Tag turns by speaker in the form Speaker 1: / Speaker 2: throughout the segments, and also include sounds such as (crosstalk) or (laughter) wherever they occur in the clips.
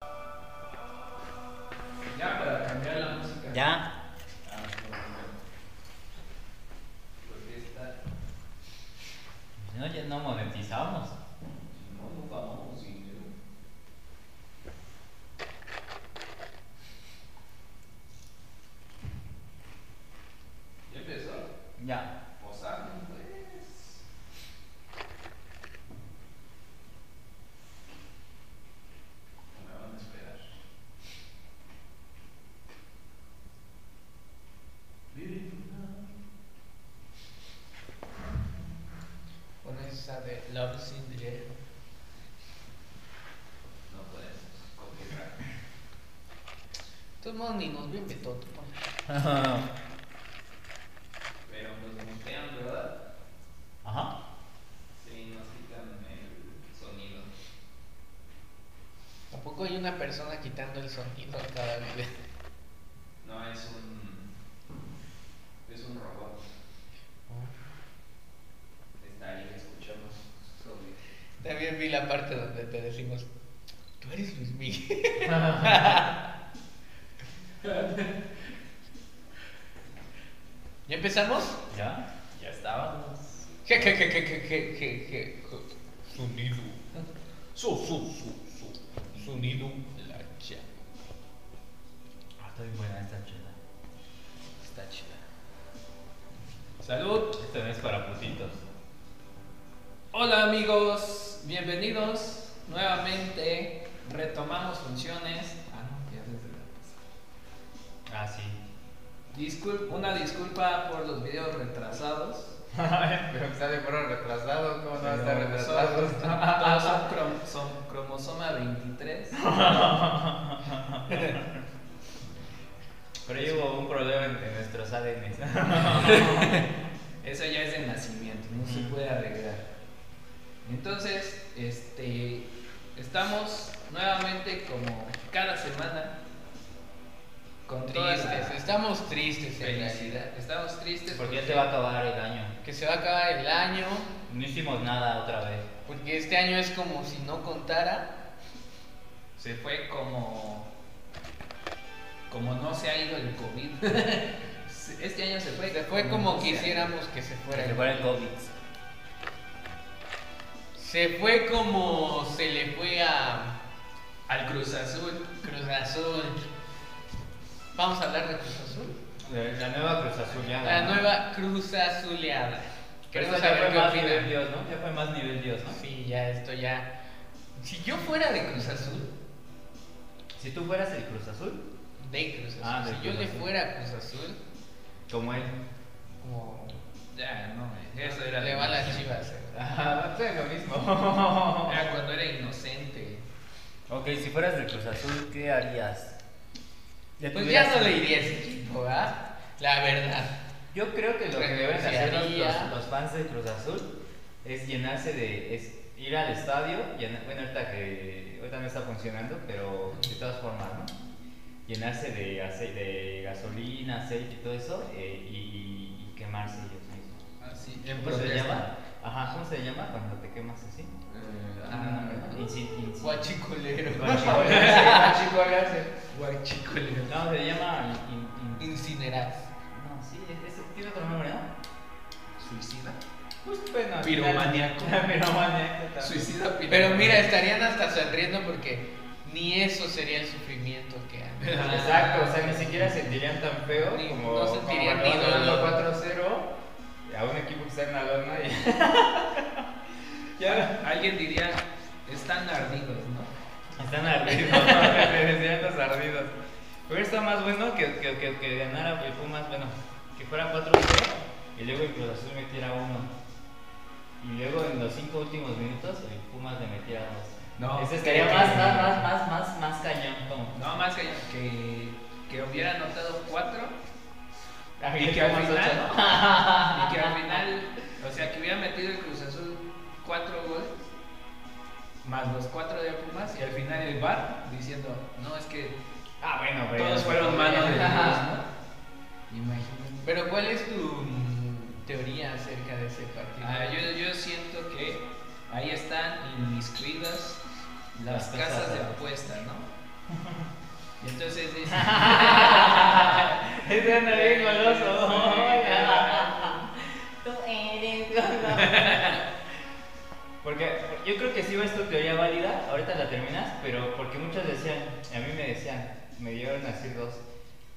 Speaker 1: Ah,
Speaker 2: (laughs)
Speaker 3: todos modos ni nos vio invitó. pues.
Speaker 4: Ajá.
Speaker 1: Pero nos mutean, ¿verdad?
Speaker 4: Ajá.
Speaker 1: Sí, nos quitan el sonido.
Speaker 3: Tampoco hay una persona quitando el sonido a cada video.
Speaker 1: No, es un. Es un robot. Está ahí, escuchamos.
Speaker 3: También vi la parte donde te decimos, tú eres Luis Miguel. (laughs) ¿Ya empezamos?
Speaker 4: ¿Ya?
Speaker 1: Ya estábamos.
Speaker 3: Je, je, je, je, je, je, je, je, je.
Speaker 4: Sonido. Su, su, su, su. Sonido.
Speaker 3: La chava.
Speaker 4: Ah, está bien buena esta chela.
Speaker 3: Está chida.
Speaker 1: Salud.
Speaker 4: Esta no es para putitos.
Speaker 1: Hola amigos, bienvenidos nuevamente. Retomamos funciones. Ah, no, ya desde la pasada.
Speaker 4: Ah, sí.
Speaker 1: Discul- una disculpa por los videos retrasados.
Speaker 2: Pero pues, ha de fueron retrasados, ¿cómo no va a estar
Speaker 1: Pero
Speaker 2: retrasados?
Speaker 1: son- Todos son, (laughs) crom- son cromosoma 23.
Speaker 2: Pero yo hubo un problema entre nuestros ADNs.
Speaker 1: Eso ya es de nacimiento, no se
Speaker 4: Ujú.
Speaker 1: puede arreglar. Entonces, este, estamos nuevamente como cada semana con toda
Speaker 3: Tristes,
Speaker 1: la
Speaker 3: estamos tristes en realidad.
Speaker 1: felicidad. Estamos tristes
Speaker 4: Porque ya se va a acabar el año.
Speaker 3: Que se va a acabar el año,
Speaker 4: No hicimos nada otra vez.
Speaker 3: porque este año es como si no contara.
Speaker 1: se fue como como no se ha ido el COVID. (laughs) este año se fue.
Speaker 3: Se fue como
Speaker 1: no se ha ido.
Speaker 3: quisiéramos que se fuera.
Speaker 4: Que se fuera el COVID.
Speaker 3: Se fue como se le fue a
Speaker 1: Al Cruz Azul.
Speaker 3: Cruz Azul. Vamos a hablar de Cruz Azul.
Speaker 4: La la nueva Cruz Azul ya.
Speaker 3: La
Speaker 4: ¿no?
Speaker 3: nueva Cruz Azuleada.
Speaker 4: Pero
Speaker 3: Queremos
Speaker 4: esto Ah. ya
Speaker 3: saber
Speaker 4: fue
Speaker 3: qué
Speaker 4: más nivel
Speaker 3: opinan.
Speaker 4: Dios, ¿no? Ya fue más nivel Dios, ¿no?
Speaker 3: Sí, ya esto ya. Si yo fuera de Cruz Azul,
Speaker 4: Si tú fueras el Cruz Azul,
Speaker 3: de Cruz Azul,
Speaker 4: Ah, de
Speaker 3: si yo
Speaker 4: Cruz
Speaker 3: le
Speaker 4: Azul.
Speaker 3: fuera a Cruz Azul,
Speaker 2: (laughs)
Speaker 4: como él.
Speaker 3: como
Speaker 1: Ya, no, eso era.
Speaker 3: le va a las chivas. eh.
Speaker 4: Ah, pues lo
Speaker 2: (laughs)
Speaker 4: mismo.
Speaker 1: Era cuando era inocente.
Speaker 4: ok, si fueras del Cruz Azul, ¿qué harías?
Speaker 3: Pues ya no le
Speaker 4: diría.
Speaker 3: iría a ese equipo, ¿verdad? La verdad.
Speaker 4: Yo creo que lo que deben
Speaker 3: Sí,
Speaker 4: hacer los,
Speaker 3: haría.
Speaker 4: los- los fans de Cruz Azul es llenarse de. es ir al estadio, llena- bueno, ahorita que. ahorita no está funcionando, pero de todas formas, ¿no? Llenarse de, ace- de gasolina, aceite y todo eso eh, y, y- y quemarse ellos mismos.
Speaker 1: Así,
Speaker 4: ¿Cómo se llama? Ajá, ¿cómo se llama cuando te quemas así?
Speaker 1: ah,
Speaker 4: Inci- inci-
Speaker 3: Guachicolero.
Speaker 4: (laughs)
Speaker 3: Guachicolero.
Speaker 4: No, se llama. in- in- in-
Speaker 3: Incinerados.
Speaker 4: no, sí, es, es- tiene otro nombre, ¿no?
Speaker 1: Suicida.
Speaker 4: Pues bueno, al final-
Speaker 1: Piromaníaco.
Speaker 4: (laughs) Piromaníaco también.
Speaker 1: Suicida pirata.
Speaker 3: Pero mira, estarían hasta sonriendo porque ni eso sería el sufrimiento que hay.
Speaker 4: (laughs) Exacto, o sea, ni siquiera sentirían tan feo
Speaker 3: Ni-
Speaker 4: como,
Speaker 3: no
Speaker 4: como
Speaker 3: sentirían
Speaker 4: cuando
Speaker 3: ni
Speaker 4: vas ganando
Speaker 3: dolor.
Speaker 4: 4-0 a un equipo que está en la lona y... (laughs)
Speaker 1: Ya, alguien diría, están ardidos, ¿no?
Speaker 4: Están ardidos, (laughs) me decían los ardidos. Hubiera estado más bueno que, que, que, que ganara el Pumas, bueno, que fuera 4-0 y luego el Cruz Azul metiera uno. Y luego en los 5 últimos minutos el Pumas le metiera dos.
Speaker 1: No,
Speaker 4: Ese estaría
Speaker 1: que-
Speaker 4: más, más, más, más, más, más cañón. como-
Speaker 1: No, más que, que, que hubiera anotado cuatro
Speaker 4: Ay,
Speaker 1: y que al
Speaker 4: Pumas
Speaker 1: final,
Speaker 4: ocho, ¿no?
Speaker 1: y que al final, o sea, que hubiera metido el Cruz Azul cuatro goles, más los cuatro de Pumas, y al final el VAR diciendo, no, es que
Speaker 4: Ah, bueno, pero...
Speaker 1: todos fueron manos de Dios,
Speaker 3: Ajá.
Speaker 1: ¿no? Imagínate.
Speaker 3: Pero ¿cuál es tu mm, teoría acerca de ese partido?
Speaker 1: Ah, yo, yo siento que ahí están inmiscuidas las
Speaker 4: Las
Speaker 1: casas de
Speaker 4: casas.
Speaker 1: apuesta, ¿no? Y entonces
Speaker 3: (laughs)
Speaker 1: dicen,
Speaker 4: Ese anda bien goloso. Tú eres goloso. Porque yo creo que sí va tu teoría válida, ahorita la terminas, pero porque muchos decían, a mí me decían, me dieron así dos,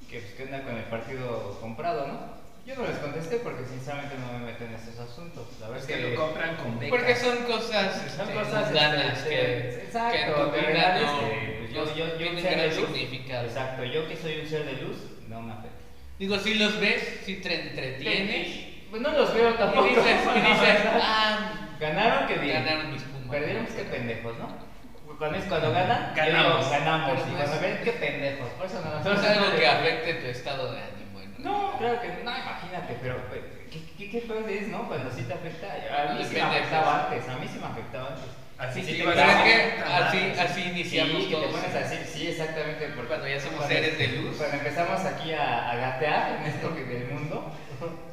Speaker 4: que pues qué onda con el partido comprado, ¿no? Yo no les contesté porque sinceramente no me meto en esos asuntos. La verdad
Speaker 1: pues
Speaker 4: es
Speaker 1: que lo compran con becas.
Speaker 3: Porque son cosas,
Speaker 4: Son
Speaker 3: este,
Speaker 4: cosas
Speaker 3: mundanas
Speaker 4: este,
Speaker 3: que,
Speaker 4: este,
Speaker 3: que en
Speaker 4: exacto,
Speaker 3: tu
Speaker 4: de
Speaker 3: vida
Speaker 4: verdad,
Speaker 3: no,
Speaker 4: este, pues, yo,
Speaker 3: no
Speaker 4: yo, yo, un
Speaker 3: tienen
Speaker 4: ser de
Speaker 3: gran
Speaker 4: luz,
Speaker 3: significado.
Speaker 4: Exacto, yo que soy un ser de luz, no me afecta.
Speaker 3: Digo, si los ves, si te entretienes,
Speaker 4: Pues no los veo
Speaker 3: y
Speaker 4: tampoco.
Speaker 3: dices, y dices
Speaker 4: (laughs) No,
Speaker 3: ah,
Speaker 4: ganaron que bien.
Speaker 3: ganaron mis pumas.
Speaker 4: Perdieron pues qué pendejos, ¿no? Para mí es cuando ganan, yo digo,
Speaker 1: Ganamos.
Speaker 4: ganamos.
Speaker 3: Pero
Speaker 4: Y
Speaker 3: pues-
Speaker 4: cuando ven, qué pendejos. Por eso no
Speaker 3: No es algo que afecte tu estado de ánimo.
Speaker 4: No, claro que no, imagínate, pero pues, ¿qué, qué, qué feo es, no? Cuando sí te afecta. A mí sí me
Speaker 3: Depende,
Speaker 4: afectaba antes, a mí sí me afectaba antes.
Speaker 1: Así
Speaker 4: Sí,
Speaker 1: que
Speaker 4: te
Speaker 1: ibas a
Speaker 4: pasa.
Speaker 3: ¿Sabes
Speaker 1: ser-
Speaker 3: qué? Así, así
Speaker 4: Sí,
Speaker 3: iniciamos
Speaker 4: que te
Speaker 3: todos.
Speaker 4: pones así, sí, exactamente. Porque
Speaker 3: Cuando ya somos seres de luz.
Speaker 4: Cuando empezamos aquí a, a gatear en esto que del mundo,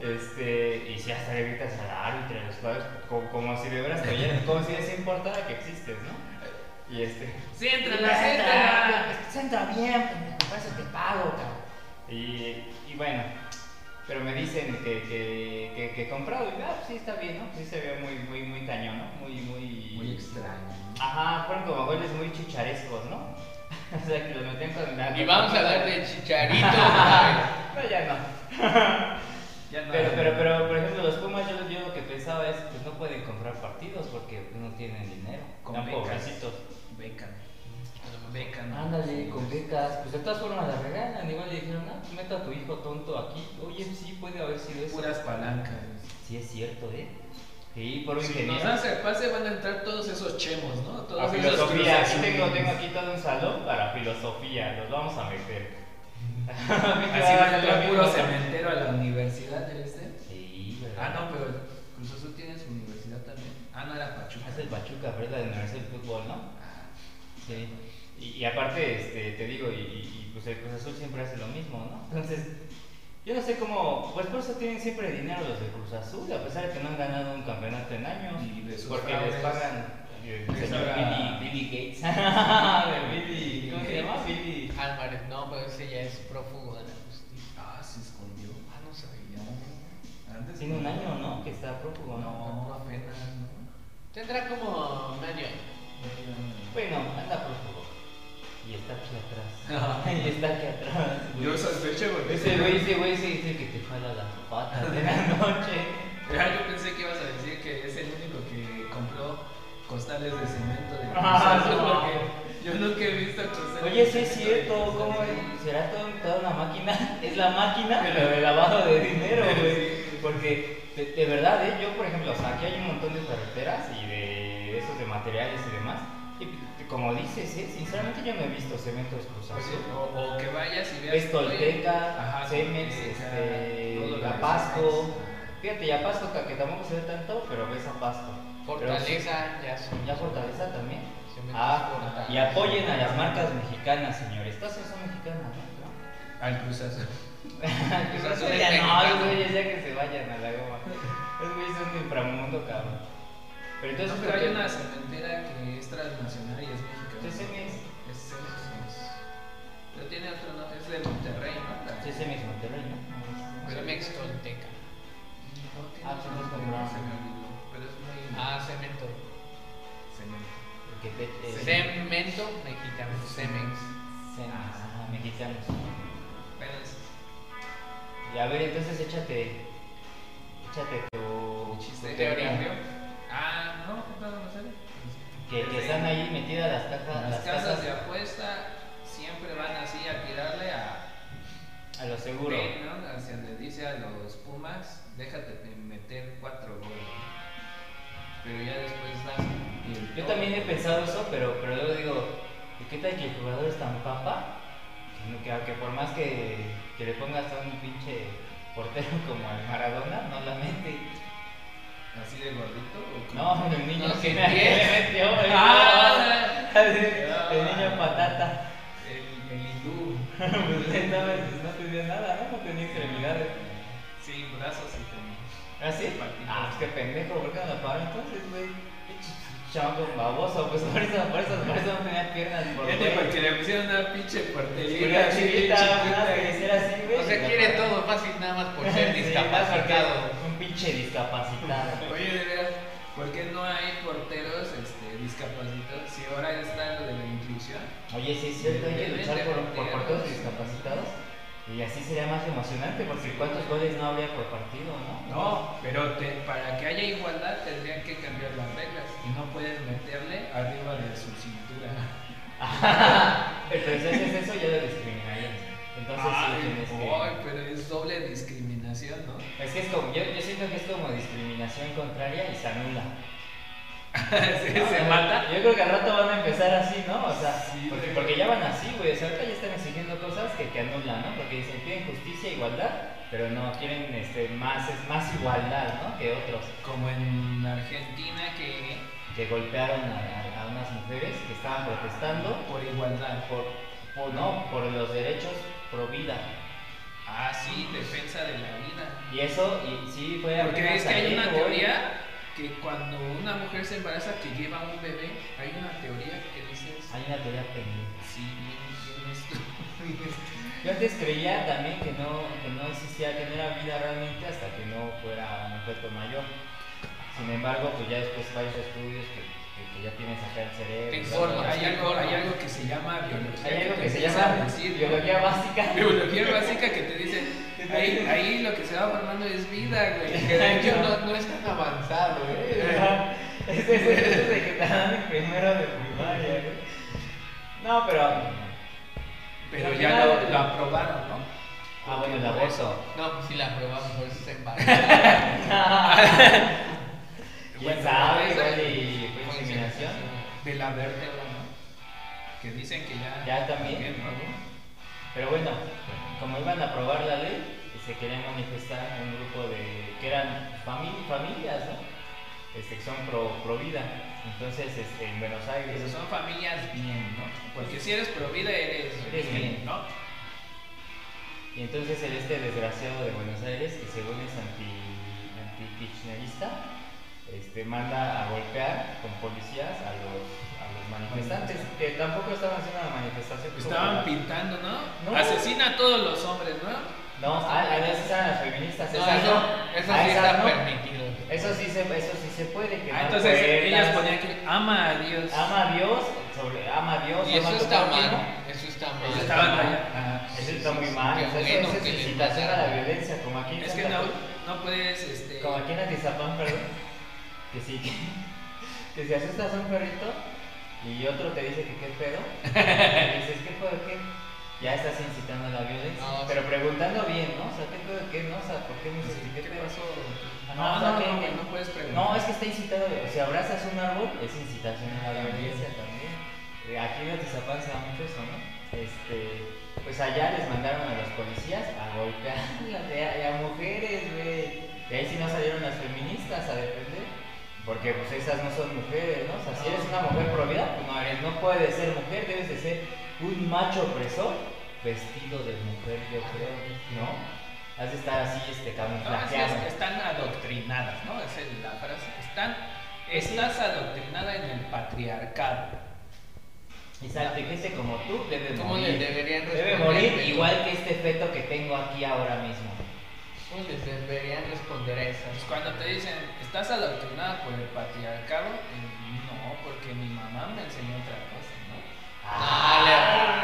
Speaker 4: este, y si hasta le gritas al árbitro, a los padres, como, como si de veras te oyeran, como si les importara que existes, ¿no? Y este.
Speaker 1: Sí, entre la
Speaker 4: Senta,
Speaker 1: gente.
Speaker 4: senta bien, pendejo, para eso te pago, cabrón. Y, y bueno, pero me dicen que, que, que, que he comprado y ah, pues sí está bien, ¿no? Sí se ve muy, muy, muy cañón, ¿no? Muy, muy.
Speaker 2: extraño.
Speaker 4: Ajá, fueron como goles muy chicharescos, ¿no? (laughs) o sea, que los metían con la.
Speaker 3: Y vamos a hablar de chicharito. ¿sabes?
Speaker 4: (laughs) No, ya no.
Speaker 1: Ya no.
Speaker 4: Pero, pero, pero, por ejemplo, los Pumas, yo, yo lo que pensaba es, pues no pueden comprar partidos porque pues, no tienen dinero.
Speaker 1: Con
Speaker 4: Tan
Speaker 1: becas.
Speaker 4: pobrecitos.
Speaker 1: Becan. Becan.
Speaker 4: Ándale, con becas. Pues de todas formas la regalan. Igual le dijeron, ah, pues meta a tu hijo tonto aquí. Oye, sí, puede haber sido eso.
Speaker 1: Puras palancas.
Speaker 4: Sí, es cierto, ¿eh? Sí, por un
Speaker 1: Si nos
Speaker 4: ingeniero.
Speaker 1: das el pase van a entrar todos esos chemos, ¿no? Todos
Speaker 4: A
Speaker 1: esos
Speaker 4: filosofía. Aquí
Speaker 1: cruzazules.
Speaker 4: tengo, tengo aquí todo un salón para filosofía. Los vamos a meter.
Speaker 1: Así va a
Speaker 4: (laughs)
Speaker 1: entrar puro cementero a la universidad debe ser.
Speaker 4: Sí, ¿verdad?
Speaker 1: Ah, no, pero Cruz Azul tiene su universidad también. Ah, no, era Pachuca.
Speaker 4: Es el Pachuca, pero es la de Universidad del Fútbol, ¿no? Sí. Y, y aparte, este, te digo, y, y- y, pues el Cruz Azul siempre hace lo mismo, ¿no? Entonces, yo no sé cómo, pues por eso tienen siempre dinero los del Cruz Azul, a pesar de que no han ganado un campeonato en años.
Speaker 1: Y de sus
Speaker 4: porque les
Speaker 1: fraudes.
Speaker 4: pagan eh, el
Speaker 1: Que
Speaker 4: señor
Speaker 1: sabrá-
Speaker 4: Billy, Billy Gates. (laughs) De Billy, ¿Cómo se
Speaker 3: Gates.
Speaker 4: llama? Billy.
Speaker 3: Álvarez, no, pero ese ya es prófugo de la justicia.
Speaker 1: Ah, se escondió.
Speaker 3: Ah, no sabía.
Speaker 1: Ya. Antes
Speaker 4: Tiene un año, ¿no? Que está prófugo,
Speaker 1: No, apenas, ¿no?
Speaker 3: Tendrá como medio año.
Speaker 4: Bueno, anda prófugo. Y está aquí atrás. (laughs) y está aquí atrás. güey.
Speaker 1: Yo sospecho porque
Speaker 4: Ese güey, ese güey se dice que te jala las patas de la noche.
Speaker 1: Ya, Ah, yo pensé que ibas a decir que es el único que compró costales de cemento de Cruz
Speaker 4: Ah,
Speaker 1: Azul,
Speaker 4: no.
Speaker 1: porque yo nunca he visto costales.
Speaker 4: Oye,
Speaker 1: de
Speaker 4: sí es
Speaker 1: cemento de
Speaker 4: cierto,
Speaker 1: Cruz
Speaker 4: ¿cómo
Speaker 1: Azul.
Speaker 4: es? ¿Será todo, toda una máquina? (laughs) Es la máquina, pero de lavado de dinero, güey. Porque, de, de verdad, ¿eh? yo, por ejemplo, o sea, aquí hay un montón de ferreteras y de esos de materiales y demás. Y p- como dices, ¿eh? sinceramente yo no he visto cementos
Speaker 1: Pues sí,
Speaker 4: cruzados.
Speaker 1: o, o que vayas y veas.
Speaker 4: Es Tolteca,
Speaker 1: Ajá,
Speaker 4: Cemex,
Speaker 1: Tolteca, todo
Speaker 4: este,
Speaker 1: lo
Speaker 4: La
Speaker 1: de
Speaker 4: Pasco.
Speaker 1: Cemex.
Speaker 4: Fíjate, ya Pasco, que tampoco se ve tanto, pero ves a Pasco. Pero sí,
Speaker 3: Fortaleza, ya son.
Speaker 4: Ya Fortaleza también.
Speaker 3: Cementos
Speaker 4: Ah,
Speaker 3: Fortaleza.
Speaker 4: y apoyen a las marcas mexicanas, señores. Estas sí son mexicanas, ¿no?
Speaker 1: Ah, Al Cruz Azul.
Speaker 4: Que
Speaker 1: Pues
Speaker 3: Cruz
Speaker 4: no se
Speaker 3: Azul es
Speaker 4: vayan,
Speaker 3: mexicano.
Speaker 4: no, los güeyes ya que se vayan a la goma. Los güeyes son de inframundo, cabrón. Pero
Speaker 1: No,
Speaker 4: entonces,
Speaker 1: pero hay
Speaker 4: ¿por qué?
Speaker 1: una cementera que es transnacional y es mexicana.
Speaker 4: ¿Es Cemex?
Speaker 1: Es Cemex. Pero tiene otro nombre, es de Monterrey, ¿no?
Speaker 4: Sí, ese mismo Monterrey, ¿no?
Speaker 3: Cemex Tolteca.
Speaker 1: No tiene
Speaker 4: Ah,
Speaker 1: otro
Speaker 4: Cemex
Speaker 1: nombre,
Speaker 4: Monterrey.
Speaker 1: se me olvidó, Pero es muy.
Speaker 3: Ah, cemento.
Speaker 1: Cemex.
Speaker 4: Porque te- eh,
Speaker 3: Cemento mexicano. Cemex.
Speaker 4: Cemex, ajá, ah, mexicanos.
Speaker 1: Bueno, es
Speaker 4: Y a ver, entonces échate. Échate tu.
Speaker 1: chiste.
Speaker 4: tu
Speaker 3: Teoría.
Speaker 1: Ah, no, no, no sale.
Speaker 4: Que, que están ahí metidas Ah, las cajas.
Speaker 1: Las casas de apuesta siempre van así a tirarle a.
Speaker 4: A lo seguro.
Speaker 1: Ve, ¿no? Hacia le dice a los Pumas, déjate de meter cuatro goles. ¿no? Pero ya después das. el
Speaker 4: Yo
Speaker 1: todo.
Speaker 4: también he pensado eso, pero, pero luego digo, ¿y qué tal que el jugador es tan papa? Que, no- que, que por más que, que le pongas a un pinche portero (laughs) como al Maradona, no la mete.
Speaker 1: ¿Así de gordito? o cómo?
Speaker 4: No, el niño
Speaker 3: No,
Speaker 4: que
Speaker 3: sin
Speaker 4: nadie
Speaker 3: pies.
Speaker 4: le (laughs) metió. el-
Speaker 1: Ah,
Speaker 4: (laughs) el niño patata. (laughs)
Speaker 1: El, el hindú. (laughs)
Speaker 4: Pues entonces, no tenía nada, ¿no? No tenía extremidades.
Speaker 1: Sí, brazos y también.
Speaker 4: ¿Ah, sí? Ah, pues qué pendejo, ¿por qué no la paró entonces, güey? Pinche Chamaco baboso, pues por eso, por eso, por eso no tenía piernas.
Speaker 3: (laughs)
Speaker 4: Por
Speaker 1: Fíjate,
Speaker 4: güey.
Speaker 1: Este, porque le pusieron una pinche
Speaker 4: Una
Speaker 1: porterita. así bien
Speaker 4: chiquita, una
Speaker 1: chiquita.
Speaker 4: que hiciera así, güey.
Speaker 3: O sea, quiere todo fácil nada más por
Speaker 4: (laughs)
Speaker 3: ser
Speaker 4: Sí,
Speaker 3: discapacitado.
Speaker 4: porque es Un pinche discapacitado.
Speaker 1: Oye, de veras, ¿por qué no hay porteros este, discapacitados? Si ahora ya está lo de la inclusión.
Speaker 4: Oye, sí es cierto, hay que luchar por, por porteros discapacitados. Y así sería más emocionante, porque cuántos goles no habría por partido, ¿no?
Speaker 1: No, pero te- para que haya igualdad tendrían que cambiar las reglas y no puedes meterle arriba de su cintura.
Speaker 4: Entonces es eso ya lo discriminarían. Entonces
Speaker 1: Ay,
Speaker 4: Ah, sí tienes
Speaker 1: ay,
Speaker 4: que.
Speaker 1: pero es doble discriminación, ¿no? (laughs)
Speaker 4: Es que es como, yo, yo siento que es como discriminación contraria y se anula.
Speaker 1: Sí, se mata.
Speaker 4: Yo creo que al rato van a empezar así, ¿no? O sea,
Speaker 1: Sí,
Speaker 4: porque,
Speaker 1: güey.
Speaker 4: porque ya van así, güey. O sea, ahorita ya están exigiendo cosas que te anulan, ¿no? Porque dicen, piden justicia, e igualdad, pero no, quieren este, más, es más igualdad, ¿no? Que otros.
Speaker 1: Como en Argentina que
Speaker 4: Que golpearon a, a- a unas mujeres que estaban protestando
Speaker 1: por igualdad.
Speaker 4: por, por- no, por los derechos pro vida.
Speaker 1: Ah, sí, defensa de la vida.
Speaker 4: Y eso, y sí, fue
Speaker 1: Porque
Speaker 4: apenas
Speaker 1: es que hay
Speaker 4: ayer,
Speaker 1: una
Speaker 4: güey.
Speaker 1: teoría que cuando una mujer se embaraza que lleva un bebé, hay una teoría que dices,
Speaker 4: Hay una teoría pendiente.
Speaker 1: sí, bien, bien esto.
Speaker 4: Yo antes creía también que no, que no existía, que no era vida realmente hasta que no fuera un efecto mayor. Sin embargo, pues ya después varios estudios que, que- que ya tienes acá el cerebro.
Speaker 1: Te
Speaker 4: y
Speaker 1: informa,
Speaker 4: todo.
Speaker 1: hay algo, hay algo que se llama biología.
Speaker 4: Hay algo
Speaker 1: te
Speaker 4: que se
Speaker 1: empieza
Speaker 4: llama
Speaker 1: a decir, ¿no?
Speaker 4: biología básica.
Speaker 1: (laughs) Biología básica que te dice, ahí, ahí lo que se va formando es vida, güey.
Speaker 4: (laughs)
Speaker 3: Que de hecho no, no es tan avanzado, ¿eh?
Speaker 4: Ajá. (laughs) Ese es el de que te dan en primero de primaria. güey. No, pero.
Speaker 1: Pero ya lo, lo aprobaron, ¿no?
Speaker 4: Ah, bueno, el aborto.
Speaker 3: No, pues sí la probamos, por eso se embarazó.
Speaker 4: ¿Quién
Speaker 1: Bueno,
Speaker 4: sabe?
Speaker 1: esa-
Speaker 4: Igual y fue inseminación.
Speaker 1: De la vértebra, ¿no? Que dicen que ya.
Speaker 4: Ya también.
Speaker 1: ¿no?
Speaker 4: Pero bueno, como iban a aprobar la ley, pues, se querían manifestar un grupo de que eran fami- familias, ¿no? Este, que son pro, pro vida. Entonces, este, en Buenos Aires.
Speaker 1: Pero son familias bien, ¿no? Porque si eres pro vida, eres
Speaker 4: Eres bien.
Speaker 1: ¿no?
Speaker 4: Y entonces el este desgraciado de Buenos Aires, que según es anti, anti-kirchnerista, este, manda a golpear con policías a los, a los manifestantes, que tampoco estaban haciendo una manifestación.
Speaker 1: Estaban
Speaker 4: popular.
Speaker 1: pintando, ¿no?
Speaker 4: No.
Speaker 1: Asesina a todos los hombres, ¿no?
Speaker 4: No, a, a veces eran las feministas.
Speaker 3: No,
Speaker 4: (laughs) esas
Speaker 3: eso, eso
Speaker 4: A
Speaker 3: sí
Speaker 4: esas
Speaker 3: está
Speaker 4: no.
Speaker 3: permitido.
Speaker 4: Eso sí se, eso sí se puede. Que
Speaker 1: Ah,
Speaker 4: no
Speaker 1: entonces
Speaker 4: puertas,
Speaker 1: ellas ponían que ama a Dios.
Speaker 4: Ama a Dios, sobre, ama a Dios. ama
Speaker 3: Y eso
Speaker 4: a tu
Speaker 3: está
Speaker 4: prójimo.
Speaker 3: mal, eso está mal.
Speaker 4: Eso está
Speaker 1: Estaban
Speaker 4: mal.
Speaker 1: allá. Ah,
Speaker 4: Eso está muy mal.
Speaker 3: Qué
Speaker 4: o sea, eso-
Speaker 3: bueno
Speaker 4: eso
Speaker 3: que
Speaker 4: es
Speaker 3: les
Speaker 4: incitación a la
Speaker 3: pasaron.
Speaker 4: violencia, como aquí. en
Speaker 1: Es que
Speaker 4: Santa
Speaker 1: no,
Speaker 4: Cruz.
Speaker 1: no puedes, este.
Speaker 4: Como aquí en Atizapán, perdón. Que sí, que, que si asustas a un perrito y otro te dice que qué pedo, y dices, ¿qué pedo qué? Ya estás incitando a la violencia.
Speaker 3: No, sí.
Speaker 4: pero preguntando bien, ¿no? O sea, ¿qué pedo qué? ¿No? O sea, ¿por qué me dices
Speaker 1: Sí,
Speaker 4: que qué
Speaker 1: ¿Qué
Speaker 4: pedo?
Speaker 1: pasó?
Speaker 4: Ajá,
Speaker 1: No,
Speaker 4: o sea,
Speaker 1: no,
Speaker 4: que-
Speaker 1: no,
Speaker 4: que-
Speaker 1: no puedes preguntar.
Speaker 4: No, es que está incitado. Si abrazas un árbol, es incitación a la violencia también. Eh, Aquí en Atizapán se da mucho eso, ¿no? Este, pues allá les mandaron a los policías a golpear (laughs) a, a mujeres, güey. Y ahí sí no salieron las feministas a defender. Porque pues esas no son mujeres, ¿no? O sea, si eres una mujer prohibida, pues no, eres- no puedes ser mujer, debes de ser un macho opresor vestido de mujer, yo creo, ¿no? Has de estar así,
Speaker 1: No, es que
Speaker 4: este, camuflajeado.
Speaker 1: están adoctrinadas, ¿no? Esa es la frase. Están,
Speaker 3: Pues
Speaker 1: estás adoctrinada en el patriarcado.
Speaker 4: Exacto, y gente como tú debe
Speaker 3: ¿Cómo
Speaker 4: morir.
Speaker 3: les deberían
Speaker 4: Debe
Speaker 3: responder?
Speaker 4: morir
Speaker 3: pero-
Speaker 4: igual que este feto que tengo aquí ahora mismo.
Speaker 3: ¿Cómo les deberían responder a eso?
Speaker 1: Pues cuando te dicen, estás adoctrinada por el patriarcado, y no, porque mi mamá me enseñó otra cosa, ¿no?
Speaker 3: No, Ah,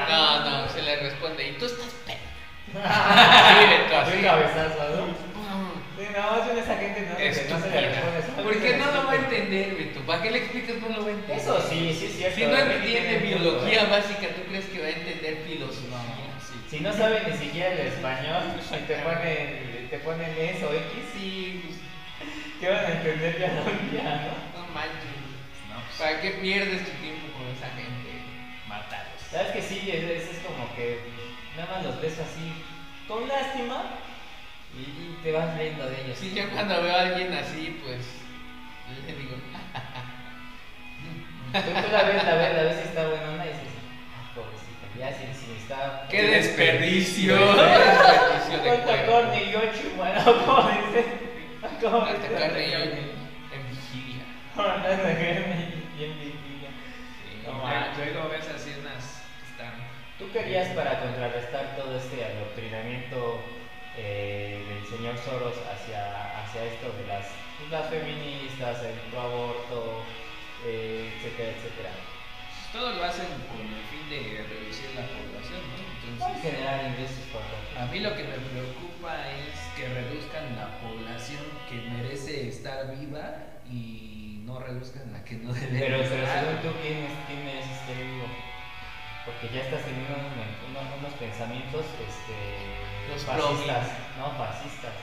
Speaker 3: le- no, no, se le responde. Y tú estás pedo.
Speaker 4: (laughs)
Speaker 3: Sí, de tu
Speaker 4: Un
Speaker 3: así.
Speaker 4: cabezazo, ¿no? Sí, no, es una esa gente no, que no se le
Speaker 3: Estúpida.
Speaker 4: responde eso.
Speaker 3: ¿Por qué no lo va a entender, Beto? ¿Para qué le explicas no lo va a entender?
Speaker 4: Eso sí, sí es cierto.
Speaker 3: Si no
Speaker 4: Tiene
Speaker 3: entiende
Speaker 4: punto,
Speaker 3: biología
Speaker 4: ¿eh?
Speaker 3: básica, ¿tú crees que va a entender filosofía?
Speaker 1: No, sí.
Speaker 4: Si no sabe ni siquiera el español y te ponen, te ponen eso, X, sí, pues, ¿qué van a entender ya no? (laughs) Ya, ¿no?
Speaker 3: No manches.
Speaker 1: No, pues,
Speaker 3: ¿Para qué pierdes tu tiempo con esa gente?
Speaker 1: matarlos.
Speaker 4: ¿Sabes que sí? Es, es- es como que nada más los ves así con lástima y, y te vas riendo de ellos.
Speaker 3: Si yo cuando veo a alguien así, pues le digo,
Speaker 4: Tú, tú la ves, la ves, la ves y está buena onda y dices, "Ah, pobrecita, ya si, si está...
Speaker 1: ¡Qué desperdicio! ¿eh?
Speaker 3: desperdicio de
Speaker 4: ¿Cuánto
Speaker 3: cuerpo.
Speaker 4: corne y ocho, mano? (laughs) ¿Cómo dices? ¿Cómo
Speaker 3: Hasta
Speaker 4: dices? (laughs)
Speaker 3: carne en vigilia.
Speaker 4: Corne y- y en vigilia.
Speaker 1: No,
Speaker 4: No,
Speaker 1: ah,
Speaker 4: manches.
Speaker 1: luego ves así unas que están.
Speaker 4: ¿Tú querías para contrarrestar todo este adoctrinamiento eh, del señor Soros hacia, hacia esto de las, pues, las feministas, el pro aborto, eh, etcétera, etcétera?
Speaker 1: pues, Todo lo hacen con el fin de reducir la población, ¿no?
Speaker 4: Para
Speaker 1: Entonces,
Speaker 4: generar ingresos para
Speaker 1: a mí lo que me preocupa es que reduzcan la población que merece estar viva y no reduzcan la que no debe.
Speaker 4: Pero, pero
Speaker 1: estar.
Speaker 4: según tú, ¿quién es, quién es este vivo? Porque ya estás teniendo unos, unos- unos pensamientos este,
Speaker 3: Los
Speaker 4: fascistas, ¿no? Fascistas.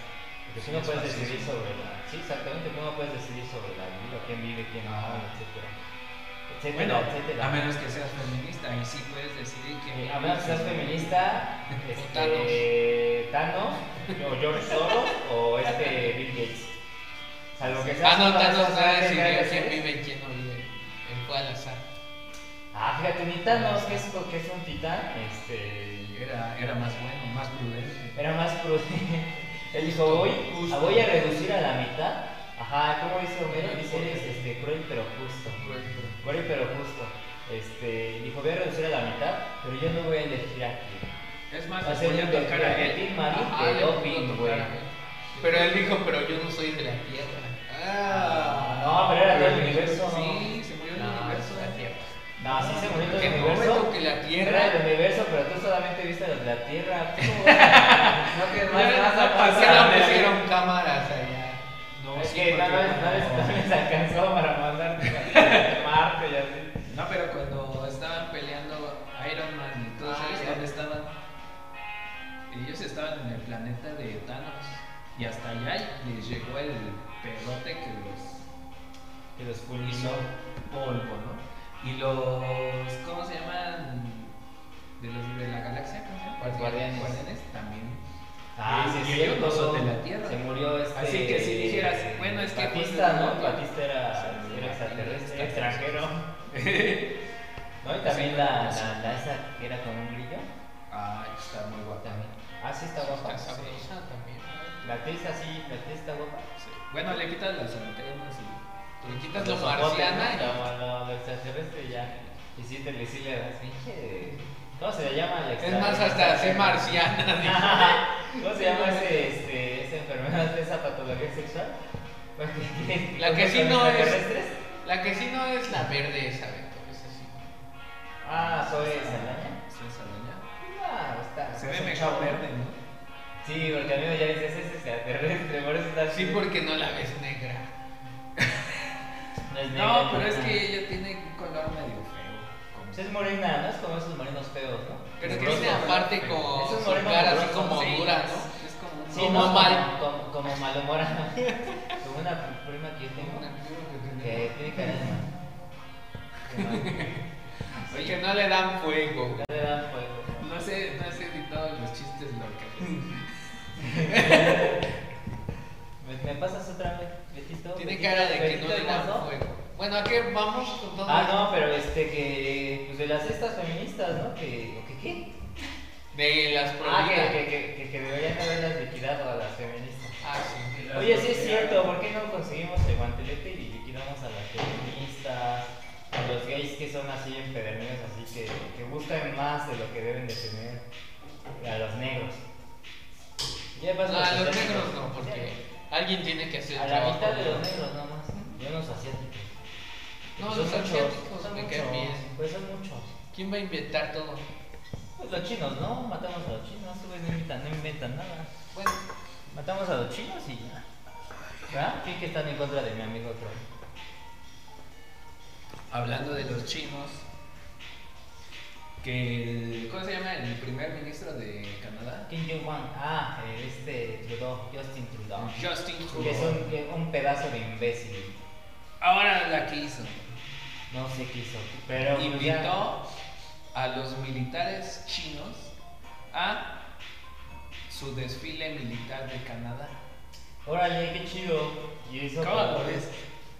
Speaker 4: Porque tú no puedes decidir sobre la. Sí, exactamente, tú no puedes decidir sobre la vida, quién vive, quién no, etcétera. Etcétera,
Speaker 1: Bueno,
Speaker 4: etcétera.
Speaker 1: a menos que seas feminista y sí puedes decidir
Speaker 4: Eh,
Speaker 1: que.
Speaker 4: a menos que
Speaker 1: (laughs)
Speaker 4: seas feminista, este,
Speaker 3: O
Speaker 4: Thanos, o George Soros, o este Bill Gates. Salvo que seas
Speaker 3: Ah, no,
Speaker 4: una de
Speaker 3: Thanos
Speaker 4: esas
Speaker 3: no
Speaker 4: grandes,
Speaker 3: decidió
Speaker 4: grandes
Speaker 3: quién
Speaker 4: seres.
Speaker 3: vive y quién no vive. Él fue al azar.
Speaker 4: Ah, fíjate, ni Thanos, que es, que es un titán, este,
Speaker 1: Era, era más bueno, más prudente.
Speaker 4: Era más prudente. (laughs) Él dijo, voy,
Speaker 3: Justo.
Speaker 4: ah, voy a reducir a la mitad. Ajá, ¿cómo dice Homero? Dice,
Speaker 3: Cruel.
Speaker 4: eres este, cruel pero justo. Cruel pero justo. Este, y dijo, voy a reducir a la mitad, pero yo no voy a elegir a ti.
Speaker 1: Es
Speaker 3: Ah,
Speaker 1: más,
Speaker 4: Va a
Speaker 1: le
Speaker 4: ser
Speaker 1: voy a
Speaker 4: un
Speaker 1: tocar a
Speaker 4: de
Speaker 1: él.
Speaker 4: Tim Marín
Speaker 3: Ajá,
Speaker 4: de
Speaker 3: le pudo
Speaker 4: doping,
Speaker 3: tocar
Speaker 4: güey.
Speaker 3: a él. Pero él dijo, pero yo no soy de la tierra. Ah,
Speaker 4: No, pero era todo el
Speaker 3: el
Speaker 4: universo, ¿no?
Speaker 1: Sí, se murió el
Speaker 3: No, es
Speaker 1: universo.
Speaker 3: la tierra.
Speaker 4: No, sí se murió todo
Speaker 3: Que
Speaker 4: el
Speaker 3: no
Speaker 4: universo.
Speaker 3: veo que la
Speaker 4: Era el
Speaker 3: tierra.
Speaker 4: universo, pero tú solamente viste los de la
Speaker 3: (laughs)
Speaker 4: Tierra. ¿Cómo vas a- No, que más vas a
Speaker 3: ¿Por qué
Speaker 4: pasar?
Speaker 3: no pusieron cámaras eh. allá?
Speaker 1: No,
Speaker 4: Es
Speaker 1: sí,
Speaker 4: que no
Speaker 1: porque-
Speaker 4: les, no les- no les alcanzó para (laughs) mandarte a Marte y así.
Speaker 1: No, pero cuando estaban peleando Iron Man y todos
Speaker 3: Ah,
Speaker 1: ellos,
Speaker 3: ya.
Speaker 1: ¿dónde estaban? Ellos estaban en el planeta de Thanos. Y hasta allá les llegó el pedote que los
Speaker 4: Que los
Speaker 1: hizo polvo, ¿no? Y los. ¿Cómo se llaman? De los de la galaxia, ¿cómo se llaman?
Speaker 4: Los guardianes.
Speaker 1: también.
Speaker 4: Ah,
Speaker 1: Y-
Speaker 4: sí,
Speaker 1: y
Speaker 4: es cierto.
Speaker 1: ellos los de la Tierra.
Speaker 4: Se murió este.
Speaker 1: Así que si dijeras, bueno, es que-
Speaker 4: Batista, ¿no?
Speaker 1: Sí.
Speaker 4: Batista era,
Speaker 1: Sí,
Speaker 4: era extraterrestre.
Speaker 1: sí,
Speaker 4: Extranjero. ¿No? Y también la, la, la esa que era con un brillo.
Speaker 1: Ah, está muy guapa.
Speaker 4: También. Ah, sí, está guapa.
Speaker 3: Está sabrosa también.
Speaker 4: Batista, sí, Batista guapa.
Speaker 1: Sí. Bueno, le quitas las antenas y.
Speaker 3: Tú le quitas lo
Speaker 4: Los ojotes,
Speaker 3: marciana
Speaker 1: ¿eh?
Speaker 4: ¿no?
Speaker 3: y.
Speaker 4: Lo, lo, lo extraterrestre ya. Y sí, te le sí le das. pinche- ¿Cómo se le llama el
Speaker 3: Es más, hasta así
Speaker 4: extraterrestre?
Speaker 3: marciana. (laughs)
Speaker 4: Ah. ¿Cómo se llama ese, este, esa enfermedad, esa patología sexual? Porque-
Speaker 3: La que sí
Speaker 4: ¿Los
Speaker 3: no es-
Speaker 4: extraterrestres?
Speaker 3: La que sí no es la verde esa, Beto. Es así.
Speaker 4: Ah, soy salaña.
Speaker 1: Sí, esa doña.
Speaker 4: No, está.
Speaker 1: Se
Speaker 4: es
Speaker 1: ve
Speaker 4: un
Speaker 1: mejor
Speaker 4: chavo.
Speaker 1: verde, ¿no?
Speaker 4: Sí, porque amigo ya dices, ese es extraterrestre, por eso está
Speaker 3: Sí,
Speaker 4: chido.
Speaker 3: porque no la ves negra.
Speaker 4: No es negro,
Speaker 1: No, pero es
Speaker 4: ajá.
Speaker 1: que ella tiene un color medio feo. como-
Speaker 4: Pues es morena, no es como esos morenos feos, ¿no?
Speaker 3: Pero
Speaker 1: Rostro,
Speaker 3: tiene aparte
Speaker 1: pero-
Speaker 3: con
Speaker 4: Eso es
Speaker 3: su
Speaker 4: moreno
Speaker 3: cara así
Speaker 4: rostro,
Speaker 3: como
Speaker 1: Sí,
Speaker 3: dura, ¿no?
Speaker 1: es- Es como un
Speaker 4: Sí,
Speaker 3: Como
Speaker 4: no,
Speaker 3: mal.
Speaker 4: Como, como malhumorada. (laughs) como una prima que yo tengo que tiene
Speaker 3: (laughs)
Speaker 4: carisma. Que no-
Speaker 3: Oye, que no le dan fuego.
Speaker 4: no le dan fuego.
Speaker 1: No sé, no sé editado los chistes locales.
Speaker 4: ¿Me, Pues, me pasas otra vez, Betito?
Speaker 3: Tiene
Speaker 4: Betito,
Speaker 3: cara de que no
Speaker 4: Betito
Speaker 3: le dan
Speaker 4: Hermoso.
Speaker 3: fuego. Bueno, ¿a qué vamos con todo
Speaker 4: Ah,
Speaker 3: esto?
Speaker 4: no, pero este que. Pues de las estas feministas, ¿no? Que. ¿o que ¿Qué?
Speaker 3: De las
Speaker 4: Ah, que,
Speaker 3: prohibidas.
Speaker 4: que, que, que, que deberían haberlas liquidado a las feministas.
Speaker 3: Ah, sí.
Speaker 1: Las
Speaker 4: Oye, sí es
Speaker 1: bloquearon.
Speaker 4: cierto, ¿por qué no conseguimos el guantelete y liquidamos a las feministas, a los gays que son así empedernidos, así que, que buscan más de lo que deben de tener, a los negros? Ya
Speaker 3: No,
Speaker 4: pasó
Speaker 3: a los
Speaker 4: asiáticos.
Speaker 3: negros no, porque alguien tiene que hacer
Speaker 4: A
Speaker 3: el
Speaker 4: la
Speaker 3: trabajo.
Speaker 4: mitad de los negros nada más, ya los asiáticos.
Speaker 3: No,
Speaker 4: Pues
Speaker 3: los
Speaker 4: son muchos,
Speaker 3: asiáticos
Speaker 4: son
Speaker 3: me
Speaker 4: muchos,
Speaker 3: caen bien.
Speaker 4: Pues son muchos.
Speaker 3: ¿Quién va a inventar todo?
Speaker 4: Pues los chinos, ¿no? Matamos a los chinos, pues no inventan, no inventan nada.
Speaker 3: Bueno,
Speaker 4: Matamos a los chinos y ya. ¿Verdad? Sí que están en contra de mi amigo Troy.
Speaker 1: Hablando de los chinos, que el- ¿cómo se llama el primer ministro de Canadá?
Speaker 4: Kim Jong-un, ah, eh, este Trudeau, Justin Trudeau.
Speaker 1: Justin
Speaker 4: Que es
Speaker 1: Trudeau.
Speaker 4: un, que- un pedazo de imbécil.
Speaker 1: Ahora la que hizo.
Speaker 4: No sé qué hizo, pero... pues, ya-
Speaker 1: Invitó a los militares chinos a su desfile militar de Canadá.
Speaker 4: Órale, qué chido. Y eso...
Speaker 1: ¿Cómo lo
Speaker 4: pues,
Speaker 1: ves?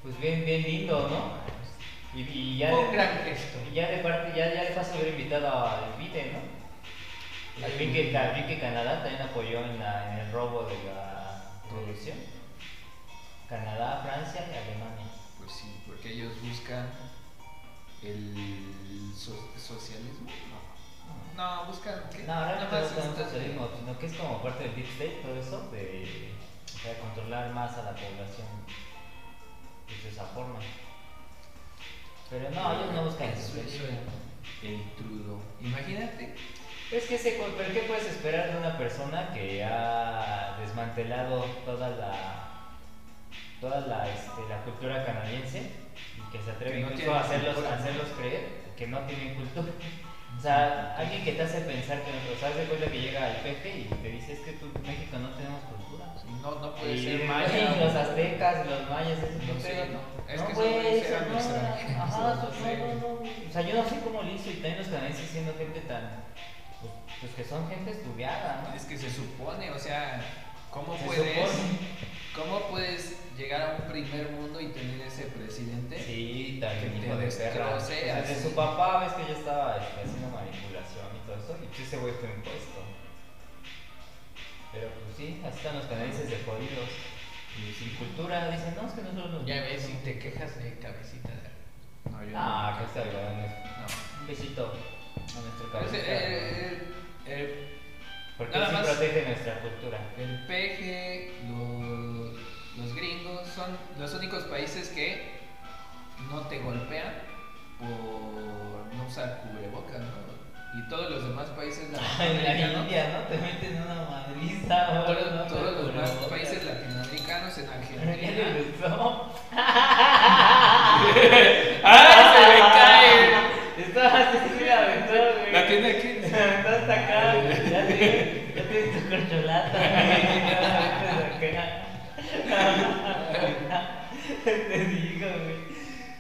Speaker 4: Pues bien, bien lindo, ¿no? Y, y ya...
Speaker 3: fue un gran gesto.
Speaker 4: Y ya de parte, ya, ya de paso hubiera invitado al Vite, ¿no? Al vi que, al vi que Canadá también apoyó en, la- en el robo de la producción. Canadá, Francia y Alemania.
Speaker 1: Pues sí, porque ellos buscan el so- socialismo. No, buscan ¿qué?
Speaker 4: No, ahora no
Speaker 1: Nada más este,
Speaker 4: es tanto
Speaker 1: están-
Speaker 4: socialismo, sino que es como parte del deep state, todo eso, de, o sea, controlar más a la población de esa forma. Pero no, ellos no buscan el
Speaker 1: Eso hizo
Speaker 4: socialismo.
Speaker 1: el, el Trudeau. Imagínate.
Speaker 4: Es que sé, pero ¿qué puedes esperar de una persona que ha desmantelado toda la toda la, este, la cultura canadiense y que se atreve
Speaker 1: Que no
Speaker 4: incluso
Speaker 1: tiene
Speaker 4: a hacerlos,
Speaker 1: cultura.
Speaker 4: a hacerlos creer que no tienen cultura? O sea, alguien que te hace pensar que o sea, haz de cuenta que llega el peje y te dice, es que tú, México no tenemos cultura.
Speaker 1: No, no puede
Speaker 4: Y
Speaker 1: ser
Speaker 4: dices,
Speaker 1: maya.
Speaker 4: "Oye,
Speaker 1: güey.
Speaker 4: los aztecas, los mayas, eso no
Speaker 1: Sí,
Speaker 4: tengo.
Speaker 1: es
Speaker 4: no,
Speaker 1: que
Speaker 4: güey,
Speaker 1: eso puede
Speaker 4: eso
Speaker 1: ser
Speaker 4: no,
Speaker 1: nuestra-
Speaker 4: Ajá,
Speaker 1: nuestra-
Speaker 4: pues, no, no, no. O sea, yo no sé cómo lo hizo y también los canadienses siendo gente tan... Pues, pues que son gente estudiada, ¿no?
Speaker 1: Es que se supone, o sea, ¿cómo
Speaker 4: Se
Speaker 1: puedes,
Speaker 4: supone.
Speaker 1: ¿cómo puedes llegar a un primer mundo y tener ese presidente?
Speaker 4: Sí,
Speaker 1: Que
Speaker 4: también
Speaker 1: te
Speaker 4: hijo de perra.
Speaker 1: destroce,
Speaker 4: O sea, de
Speaker 1: así.
Speaker 4: su papá ves que ya estaba este, haciendo manipulación y todo eso, y pues ese güey fue impuesto. Pero pues sí, así están los canadienses de jodidos. Y sin cultura, dicen, no, es que nosotros nos...
Speaker 3: Ya ves, si te quejas de cabecita.
Speaker 1: No, yo
Speaker 4: Ah, que
Speaker 1: no.
Speaker 4: está bien.
Speaker 1: No.
Speaker 4: Un besito a nuestro
Speaker 1: Pues,
Speaker 4: cabecita.
Speaker 1: eh, eh, eh,
Speaker 4: Porque
Speaker 1: nada
Speaker 4: sí
Speaker 1: más.
Speaker 4: protege nuestra cultura.
Speaker 1: el peje, los, los gringos son los únicos países que no te golpean por no usar cubrebocas, ¿no? Y todos los demás países
Speaker 4: (laughs) en la
Speaker 1: latinoamericanos,
Speaker 4: India, ¿no? Te meten una madriza,
Speaker 1: todos,
Speaker 4: ahora, ¿no?
Speaker 1: todos los
Speaker 4: Pero-
Speaker 1: demás países latinoamericanos en
Speaker 4: ¿Qué
Speaker 1: Argentina. (laughs)
Speaker 4: (laughs) le gustó?
Speaker 1: ¡Ah,
Speaker 4: Estaba así, sí, la aventó,
Speaker 1: se
Speaker 4: güey.
Speaker 1: me cae! La tiene aquí.
Speaker 4: Me aventó hasta acá, güey. Ya te- ya tienes tu corcholata, güey. Acá. Te digo, güey.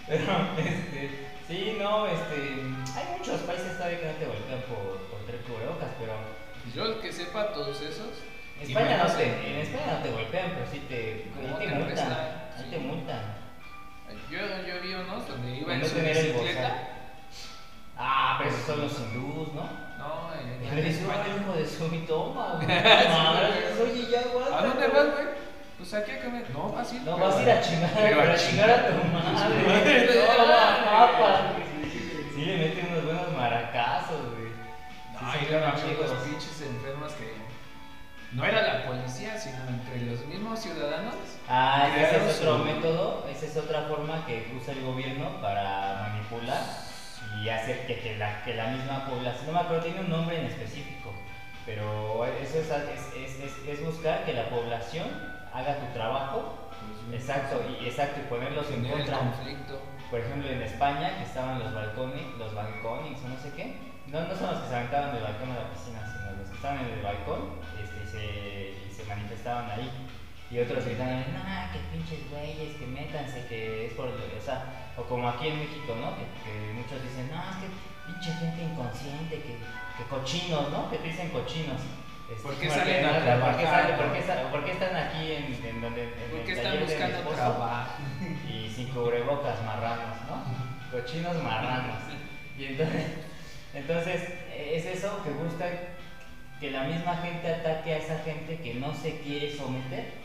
Speaker 4: Pero, este, sí, no, este, hay muchos países todavía que no te voltean por, por tres cubrebocas, pero
Speaker 1: Yo que sepa todos esos.
Speaker 4: en
Speaker 1: y
Speaker 4: España no
Speaker 1: menos
Speaker 4: te,
Speaker 1: en-
Speaker 4: en España no te golpean, pero sí te,
Speaker 1: ¿Cómo
Speaker 4: ahí te
Speaker 1: te
Speaker 4: multan,
Speaker 1: prestan?
Speaker 4: ahí
Speaker 1: Sí.
Speaker 4: te multan.
Speaker 1: Yo, yo vi unos donde iba en
Speaker 4: No
Speaker 1: su
Speaker 4: tener el
Speaker 1: bicicleta.
Speaker 4: bozal. Ah, pero esos son los hindús, ¿no?
Speaker 1: No, en,
Speaker 4: Yo
Speaker 1: en
Speaker 4: le digo, "Ay,
Speaker 1: España.
Speaker 4: hijo de su mi toma,
Speaker 1: (laughs)
Speaker 4: güey.
Speaker 1: Sí, güey.
Speaker 4: Oye, ya aguanta.
Speaker 1: ¿A dónde
Speaker 4: güey.
Speaker 1: vas, güey? Pues aquí a comer. No, vas a ir.
Speaker 4: No, vas a ir a chingar,
Speaker 1: Pero a
Speaker 4: pero a chingar a tu madre.
Speaker 1: (laughs)
Speaker 4: güey.
Speaker 1: Sí,
Speaker 4: No,
Speaker 1: güey.
Speaker 4: papá. Sí, le meten unos buenos maracazos, güey.
Speaker 1: No,
Speaker 4: Sí,
Speaker 1: y
Speaker 4: son
Speaker 1: luego
Speaker 4: bien
Speaker 1: amigos
Speaker 4: amigos.
Speaker 1: pinches enfermos que. No era la policía, sino entre los mismos ciudadanos.
Speaker 4: Ah, ese
Speaker 1: Crearon
Speaker 4: es otro
Speaker 1: su-
Speaker 4: método, esa es otra forma que usa el gobierno para manipular y hacer que, que la, que la misma población, no me acuerdo, tiene un nombre en específico, pero eso es, es- es- es- es buscar que la población haga tu trabajo, exacto, y, exacto, y ponerlos en
Speaker 1: Tener el
Speaker 4: contra.
Speaker 1: conflicto.
Speaker 4: Por ejemplo, en España, que estaban los balcones, los balcones o no sé qué. No, no son los que se aventaban del balcón a la piscina, sino los que estaban en el balcón este, y, se, y se manifestaban ahí. Y otros gritaban, ah, que pinches güeyes, que métanse, que es por... O sea, o como aquí en México, ¿no? Que, que muchos dicen, no, es que pinche gente inconsciente, que, que cochinos, ¿no? Que te dicen cochinos. Este,
Speaker 1: ¿Por qué
Speaker 4: porque-
Speaker 1: salen a
Speaker 4: ¿por
Speaker 1: trabajar,
Speaker 4: qué salen-
Speaker 1: no?
Speaker 4: ¿Por qué sa- por qué están aquí en, en donde... En el
Speaker 1: ¿Por qué
Speaker 4: taller
Speaker 1: están
Speaker 4: de mi
Speaker 1: buscando
Speaker 4: esposo?
Speaker 1: trabajo?
Speaker 4: y sin cubrebocas marranos, ¿no? Cochinos marranos. Y entonces, entonces eh, es eso que busca que la misma gente ataque a esa gente que no se quiere someter.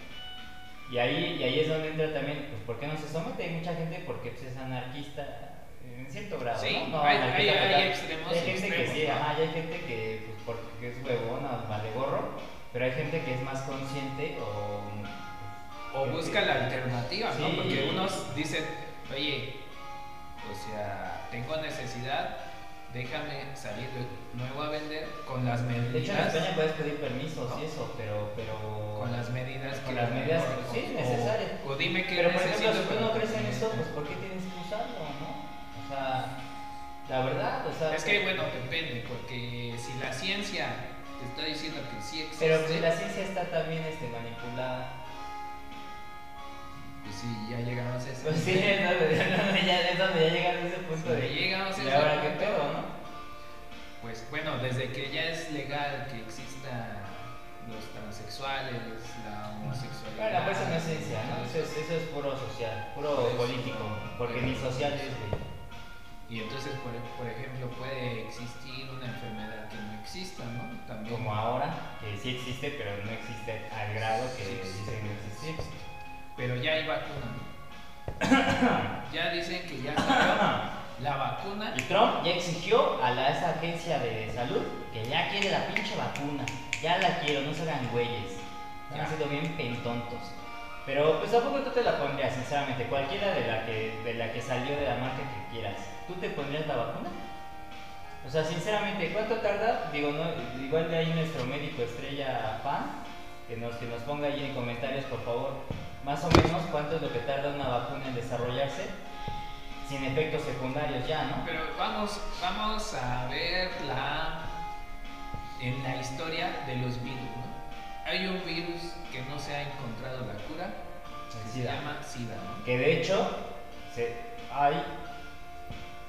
Speaker 4: Y ahí, y ahí es donde entra también, pues, ¿por qué no se somete? Hay mucha gente porque pues, es anarquista en cierto grado,
Speaker 1: Sí,
Speaker 4: ¿no? No,
Speaker 1: hay-
Speaker 4: anarquista
Speaker 1: hay- hay
Speaker 4: total.
Speaker 1: extremos
Speaker 4: Hay
Speaker 1: y
Speaker 4: gente que
Speaker 1: extremos,
Speaker 4: sí,
Speaker 1: ¿no?
Speaker 4: ajá, y hay gente que pues, porque es huevona, vale gorro, pero hay gente que es más consciente o...
Speaker 1: O busca la alternativa, ¿no?
Speaker 4: Sí.
Speaker 1: Porque unos dicen, oye, o sea, tengo necesidad, déjame salir nuevo a vender con las
Speaker 4: pues, De hecho, en
Speaker 1: medidas.
Speaker 4: España puedes pedir permisos
Speaker 1: ¿No?
Speaker 4: y eso, pero. pero...
Speaker 1: Con las medidas que.
Speaker 4: Con las medidas,
Speaker 1: o-
Speaker 4: sí,
Speaker 1: o-
Speaker 4: necesarias.
Speaker 1: O, dime que
Speaker 4: Pero, por
Speaker 1: necesito.
Speaker 4: ejemplo, si tú
Speaker 1: para
Speaker 4: no
Speaker 1: que
Speaker 4: crees en
Speaker 1: me-
Speaker 4: eso, pues ¿por qué tienes que usarlo, no? O sea, la verdad, o sea.
Speaker 1: Es que, bueno, depende, porque si la ciencia te está diciendo que sí existe.
Speaker 4: Pero pues, la ciencia está también este, manipulada.
Speaker 1: Pues sí, ya llegamos a ese.
Speaker 4: Pues sí, es donde, (laughs) es donde ya, es donde ya llegaron a ese punto
Speaker 1: Donde
Speaker 4: de.
Speaker 1: llegamos a
Speaker 4: ¿Y
Speaker 1: ese
Speaker 4: ahora qué
Speaker 1: punto.
Speaker 4: pedo, no?
Speaker 1: Pues bueno, desde que ya es legal que existan los transexuales, la homosexualidad.
Speaker 4: Bueno, pues eso no es ciencia, ¿no? Eso es, eso es puro social, puro
Speaker 1: Pues,
Speaker 4: político. Porque ni social es, güey.
Speaker 1: Y entonces, por, por ejemplo, puede existir una enfermedad que no exista, ¿no? También.
Speaker 4: Como ahora, que sí existe, pero no existe al grado que dicen que existe.
Speaker 1: Pero ya hay vacuna. (coughs) ¿no? ya dicen que ya salió la vacuna.
Speaker 4: Y Trump ya exigió a la, esa agencia de salud que ya quiere la pinche vacuna. Ya la quiero, no se hagan güeyes. Ya han
Speaker 1: Ya.
Speaker 4: sido bien pentontos. Pero pues tampoco tú te la pondrías, sinceramente. Cualquiera de la que, de la que salió de la marca que quieras. ¿Tú te pondrías la vacuna? O sea, sinceramente, ¿cuánto tarda? Digo, no, igual de ahí nuestro médico estrella fan, que nos, que nos ponga ahí en comentarios, por favor, más o menos cuánto es lo que tarda una vacuna en desarrollarse sin efectos secundarios ya, ¿no?
Speaker 1: Pero vamos, vamos a ver la, en la historia de los virus. ¿no? Hay un virus que no se ha encontrado la cura, que
Speaker 4: El
Speaker 1: se
Speaker 4: SIDA.
Speaker 1: llama SIDA. ¿no?
Speaker 4: Que de hecho, se, hay,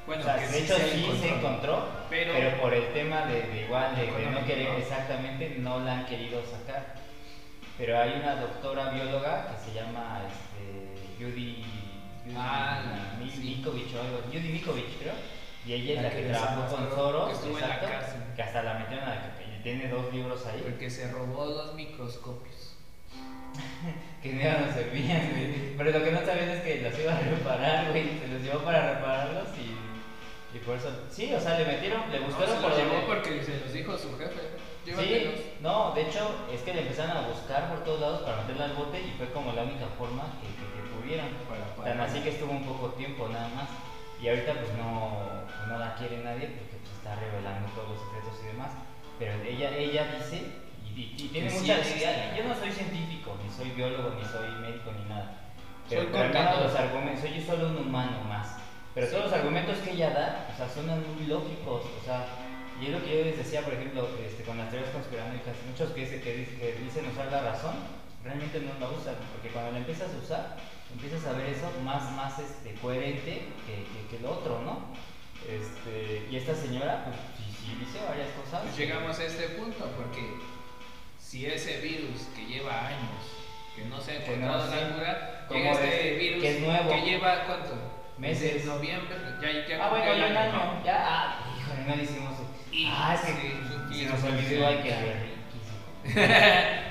Speaker 1: Bueno,
Speaker 4: o sea,
Speaker 1: que
Speaker 4: de
Speaker 1: sí
Speaker 4: hecho
Speaker 1: se
Speaker 4: sí se encontró,
Speaker 1: Pero-
Speaker 4: pero, por el tema de, de igual, de, de
Speaker 1: Económico.
Speaker 4: no querer exactamente, no la han querido sacar. Pero hay una doctora bióloga que se llama este, Judy, Judy
Speaker 1: Ah, la-
Speaker 4: Mi-
Speaker 1: sí.
Speaker 4: Mikovich o algo, Judy Mikovich creo, y ella es
Speaker 1: La
Speaker 4: la,
Speaker 1: que
Speaker 4: que, trabajó
Speaker 1: desapareció,
Speaker 4: con Soros,
Speaker 1: que estuvo en la
Speaker 4: exacto,
Speaker 1: cárcel.
Speaker 4: que hasta la metieron a la que tiene dos libros ahí.
Speaker 1: Porque se robó dos microscopios.
Speaker 4: que no nos servían, güey. Pero lo que no sabían es que los iba a reparar, güey. Se los llevó para repararlos y, y por eso. Sí, o sea, le metieron, le
Speaker 1: No,
Speaker 4: buscaron
Speaker 1: se
Speaker 4: por
Speaker 1: los
Speaker 4: donde-
Speaker 1: llevó porque se los dijo su jefe. Llévatelos.
Speaker 4: Sí, no, de hecho, es que le empezaron a buscar por todos lados para meterla al bote y fue como la única forma que, que, que pudieron.
Speaker 1: Para- para-
Speaker 4: Tan así que estuvo un poco tiempo nada más. Y ahorita pues no, pues, no la quiere nadie porque pues, está revelando todos los secretos y demás. Pero ella, ella dice, y, y- y tiene
Speaker 1: Que sí
Speaker 4: mucha
Speaker 1: existe.
Speaker 4: idea, yo no soy científico, ni soy biólogo, ni soy médico, ni nada. Pero,
Speaker 1: Soy
Speaker 4: pero al menos
Speaker 1: contador.
Speaker 4: los argumentos, soy yo solo un humano más. Pero todos los argumentos que ella da, o sea, suenan muy lógicos, o sea, y es lo que yo les decía, por ejemplo, este, con las teorías conspiranoicas, muchos que, se- que dic- que dicen usar la razón, realmente no la usan, porque cuando la empiezas a usar, empiezas a ver eso más, más este, coherente que, que, que lo otro, ¿no? Este, y esta señora, pues sí, sí dice varias cosas.
Speaker 1: Pues llegamos a este punto porque si ese virus que lleva años, que no se ha
Speaker 4: Que no
Speaker 1: encontrado
Speaker 4: sé,
Speaker 1: la cura,
Speaker 4: como
Speaker 1: llega este
Speaker 4: este,
Speaker 1: virus
Speaker 4: que es nuevo.
Speaker 1: que lleva cuánto?
Speaker 4: Meses.
Speaker 1: Desde noviembre, ya, ya
Speaker 4: Ah, bueno,
Speaker 1: cumplió
Speaker 4: ya
Speaker 1: el
Speaker 4: un
Speaker 1: ¿no?
Speaker 4: año, ya, ah, híjole, no le hicimos.
Speaker 1: Y-
Speaker 4: ah, es
Speaker 1: sí,
Speaker 4: que
Speaker 1: sí,
Speaker 4: se nos
Speaker 1: sí, sí.
Speaker 4: olvidó, hay que ver, riquísimo.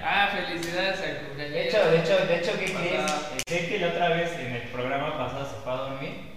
Speaker 1: ah, felicidades al cumpleaños.
Speaker 4: De hecho, de hecho, de hecho, ¿qué
Speaker 1: Pasada.
Speaker 4: crees? Sé que la otra vez en el programa pasado se fue a dormir.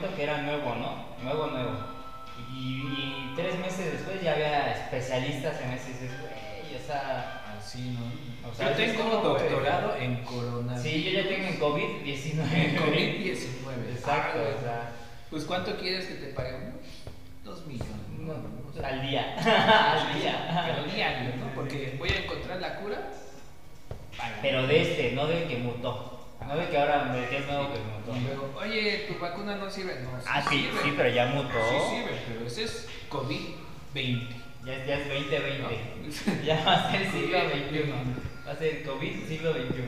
Speaker 4: que era nuevo, ¿no? Nuevo, nuevo. Y, y tres meses después ya había especialistas en ese. dices, güey, o sea.
Speaker 1: Así, ¿no?
Speaker 4: O sea,
Speaker 1: yo tengo
Speaker 4: ¿cómo puede?
Speaker 1: doctorado en coronavirus.
Speaker 4: Sí, yo ya tengo en COVID-19.
Speaker 1: En COVID-19.
Speaker 4: Exacto,
Speaker 1: Ah,
Speaker 4: o sea,
Speaker 1: Pues ¿cuánto quieres que te paguen? Dos millones.
Speaker 4: no, (laughs) Ah,
Speaker 1: O sea,
Speaker 4: al día. al
Speaker 1: pero
Speaker 4: día.
Speaker 1: diario, ¿no? Porque voy a encontrar la cura. Págame.
Speaker 4: Pero de este, no del que mutó. No de que ahora me decías nuevo que
Speaker 1: Y
Speaker 4: mutó.
Speaker 1: luego, oye, tu vacuna no sirve. No, sí
Speaker 4: Ah, sí,
Speaker 1: sirve.
Speaker 4: sí, pero ya mutó.
Speaker 1: Sí sirve, pero ese es COVID-20.
Speaker 4: Ya, es- ya es 2020.
Speaker 1: ¿no?
Speaker 4: (laughs) Ya va a ser siglo XXI. Va a ser COVID siglo XXI.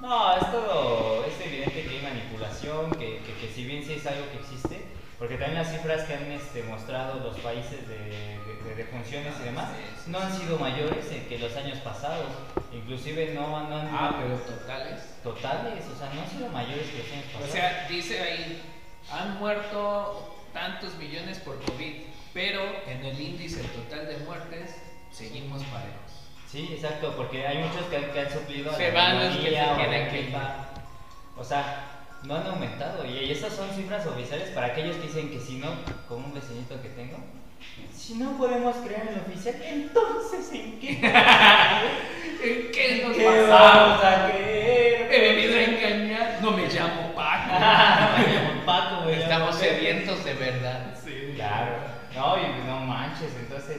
Speaker 4: No, es todo, es evidente que hay manipulación, que, que, que si bien sí es algo que existe, porque también las cifras que han este, mostrado los países de, de, de defunciones y demás
Speaker 1: Ah, sí, sí,
Speaker 4: no han sido mayores eh, que los años pasados, inclusive no han, no han-
Speaker 1: Ah, pero totales.
Speaker 4: totales, o sea, no han sido mayores que los años
Speaker 1: O
Speaker 4: pasados.
Speaker 1: sea, dice ahí, han muerto tantos millones por COVID, pero en el índice total de muertes seguimos parejos.
Speaker 4: Sí, exacto, porque hay muchos que han, que han suplido a
Speaker 3: Se
Speaker 4: la
Speaker 3: van los que se
Speaker 4: neumonía o a la
Speaker 3: quedan que-
Speaker 4: gripa. O sea, no han aumentado. Y y esas son cifras oficiales para aquellos que dicen que si no, como un vecinito que tengo, si no podemos creer en lo oficial, entonces ¿en
Speaker 3: (laughs)
Speaker 4: qué?
Speaker 1: ¿En qué nos
Speaker 4: ¿Qué
Speaker 1: pasamos?
Speaker 4: vamos a creer?
Speaker 3: (laughs)
Speaker 1: He venido a engañar, no me llamo Paco.
Speaker 4: Con Paco, güey,
Speaker 3: Estamos
Speaker 4: ya no sé.
Speaker 3: sedientos de verdad.
Speaker 4: Claro. No, y no manches, entonces,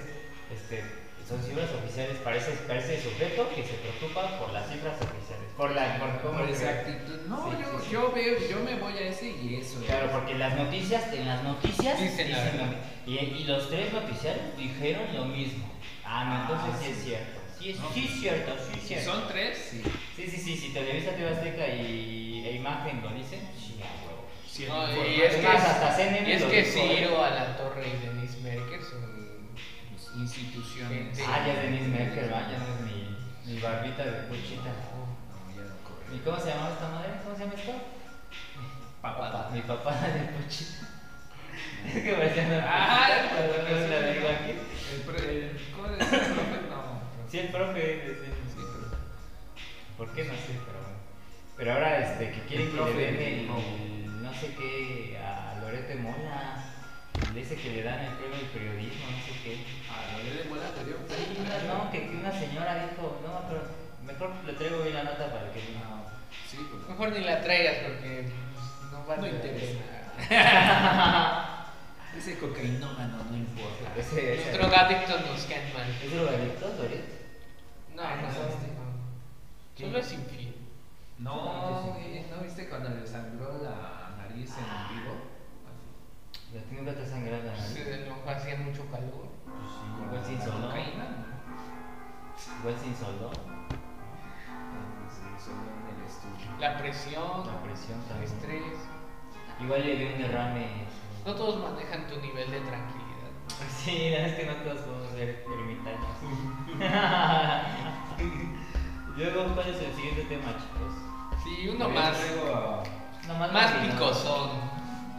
Speaker 4: este, son cifras oficiales, parece, parece sujeto que se preocupa por las cifras oficiales, por la, por cómo
Speaker 1: Por
Speaker 4: se-
Speaker 1: esa actitud. No,
Speaker 4: Sí,
Speaker 1: yo,
Speaker 4: sí, sí.
Speaker 1: yo veo, yo me voy a ese y eso. es.
Speaker 4: Claro, porque las noticias, en las noticias
Speaker 3: Dicen la verdad.
Speaker 4: lo- y, y los tres noticiarios dijeron lo mismo. Ah, no, entonces
Speaker 1: Ah,
Speaker 4: sí, es
Speaker 1: sí.
Speaker 4: cierto. Sí es,
Speaker 1: No.
Speaker 4: sí es cierto, sí es
Speaker 1: Si
Speaker 4: cierto.
Speaker 1: son tres, sí.
Speaker 4: Sí, sí, sí, si Televisa TV Azteca y e Imagen lo dicen, sí, a huevo.
Speaker 1: Sí,
Speaker 3: No,
Speaker 1: por-
Speaker 3: y es que,
Speaker 4: Además, hasta CNN
Speaker 3: y es
Speaker 4: lo
Speaker 3: que
Speaker 4: dijo,
Speaker 3: Ciro,
Speaker 4: ¿eh?
Speaker 3: Alan Torre y Denise Merker son.
Speaker 1: instituciones.
Speaker 3: Sí.
Speaker 4: Ah, ya es Denise Merkel, va, ya no es mi, mi barbita de cuchita.
Speaker 1: No, ya no
Speaker 4: ¿Y
Speaker 1: corre.
Speaker 4: cómo se llamaba esta madre? ¿Cómo se llama esto?
Speaker 1: Papada.
Speaker 4: Mi papá de cuchita. (laughs) Es que parecía una...
Speaker 1: Ah,
Speaker 4: Perdón, no la digo aquí.
Speaker 1: El pre- el- ¿Cómo le decía el profe? No.
Speaker 4: Sí, el profe, sí, sí. ¿Por qué no sé? Pero, bueno. pero ahora este, que quieren que le den el, no sé qué a Lorete Mola. le dice que le dan el premio del periodismo, no sé qué.
Speaker 1: A Gabriel ah, de Mola te dio un
Speaker 4: Sí,
Speaker 1: premio.
Speaker 4: una- no, que, que una señora dijo, no, pero mejor le traigo hoy la nota para que no.
Speaker 1: Ah, Sí, por favor.
Speaker 3: Mejor ni la traigas porque pues, no va
Speaker 1: No
Speaker 4: (laughs)
Speaker 3: a
Speaker 1: interesa.
Speaker 3: interesar.
Speaker 1: Ese cocainómano no importa.
Speaker 4: Ese,
Speaker 3: Los
Speaker 4: ese.
Speaker 3: drogadictos nos caen mal.
Speaker 4: ¿Es drogadicto, Dorit?
Speaker 3: No,
Speaker 4: Ah,
Speaker 3: no,
Speaker 4: no.
Speaker 3: este no. Solo es infiel.
Speaker 1: No, güey, ¿no viste cuando le sangró la nariz en vivo?
Speaker 4: La tiene que sangrando, ¿no?
Speaker 3: Se enojó, hacía mucho calor.
Speaker 4: Pues Igual se insoló.
Speaker 1: cocaína?
Speaker 4: Igual se insoló.
Speaker 1: Sí, solo en el estudio.
Speaker 3: La presión,
Speaker 4: La presión
Speaker 3: el
Speaker 4: también.
Speaker 3: estrés.
Speaker 4: Igual le dio un derrame.
Speaker 3: No todos manejan tu nivel de tranquilidad.
Speaker 4: Sí, la verdad es que no todos podemos ser (laughs) ermitaños. Luego, ¿cuál es el siguiente tema, chicos?
Speaker 3: Sí, uno más.
Speaker 4: Nomás
Speaker 3: Más
Speaker 4: lo que no.
Speaker 3: picosón.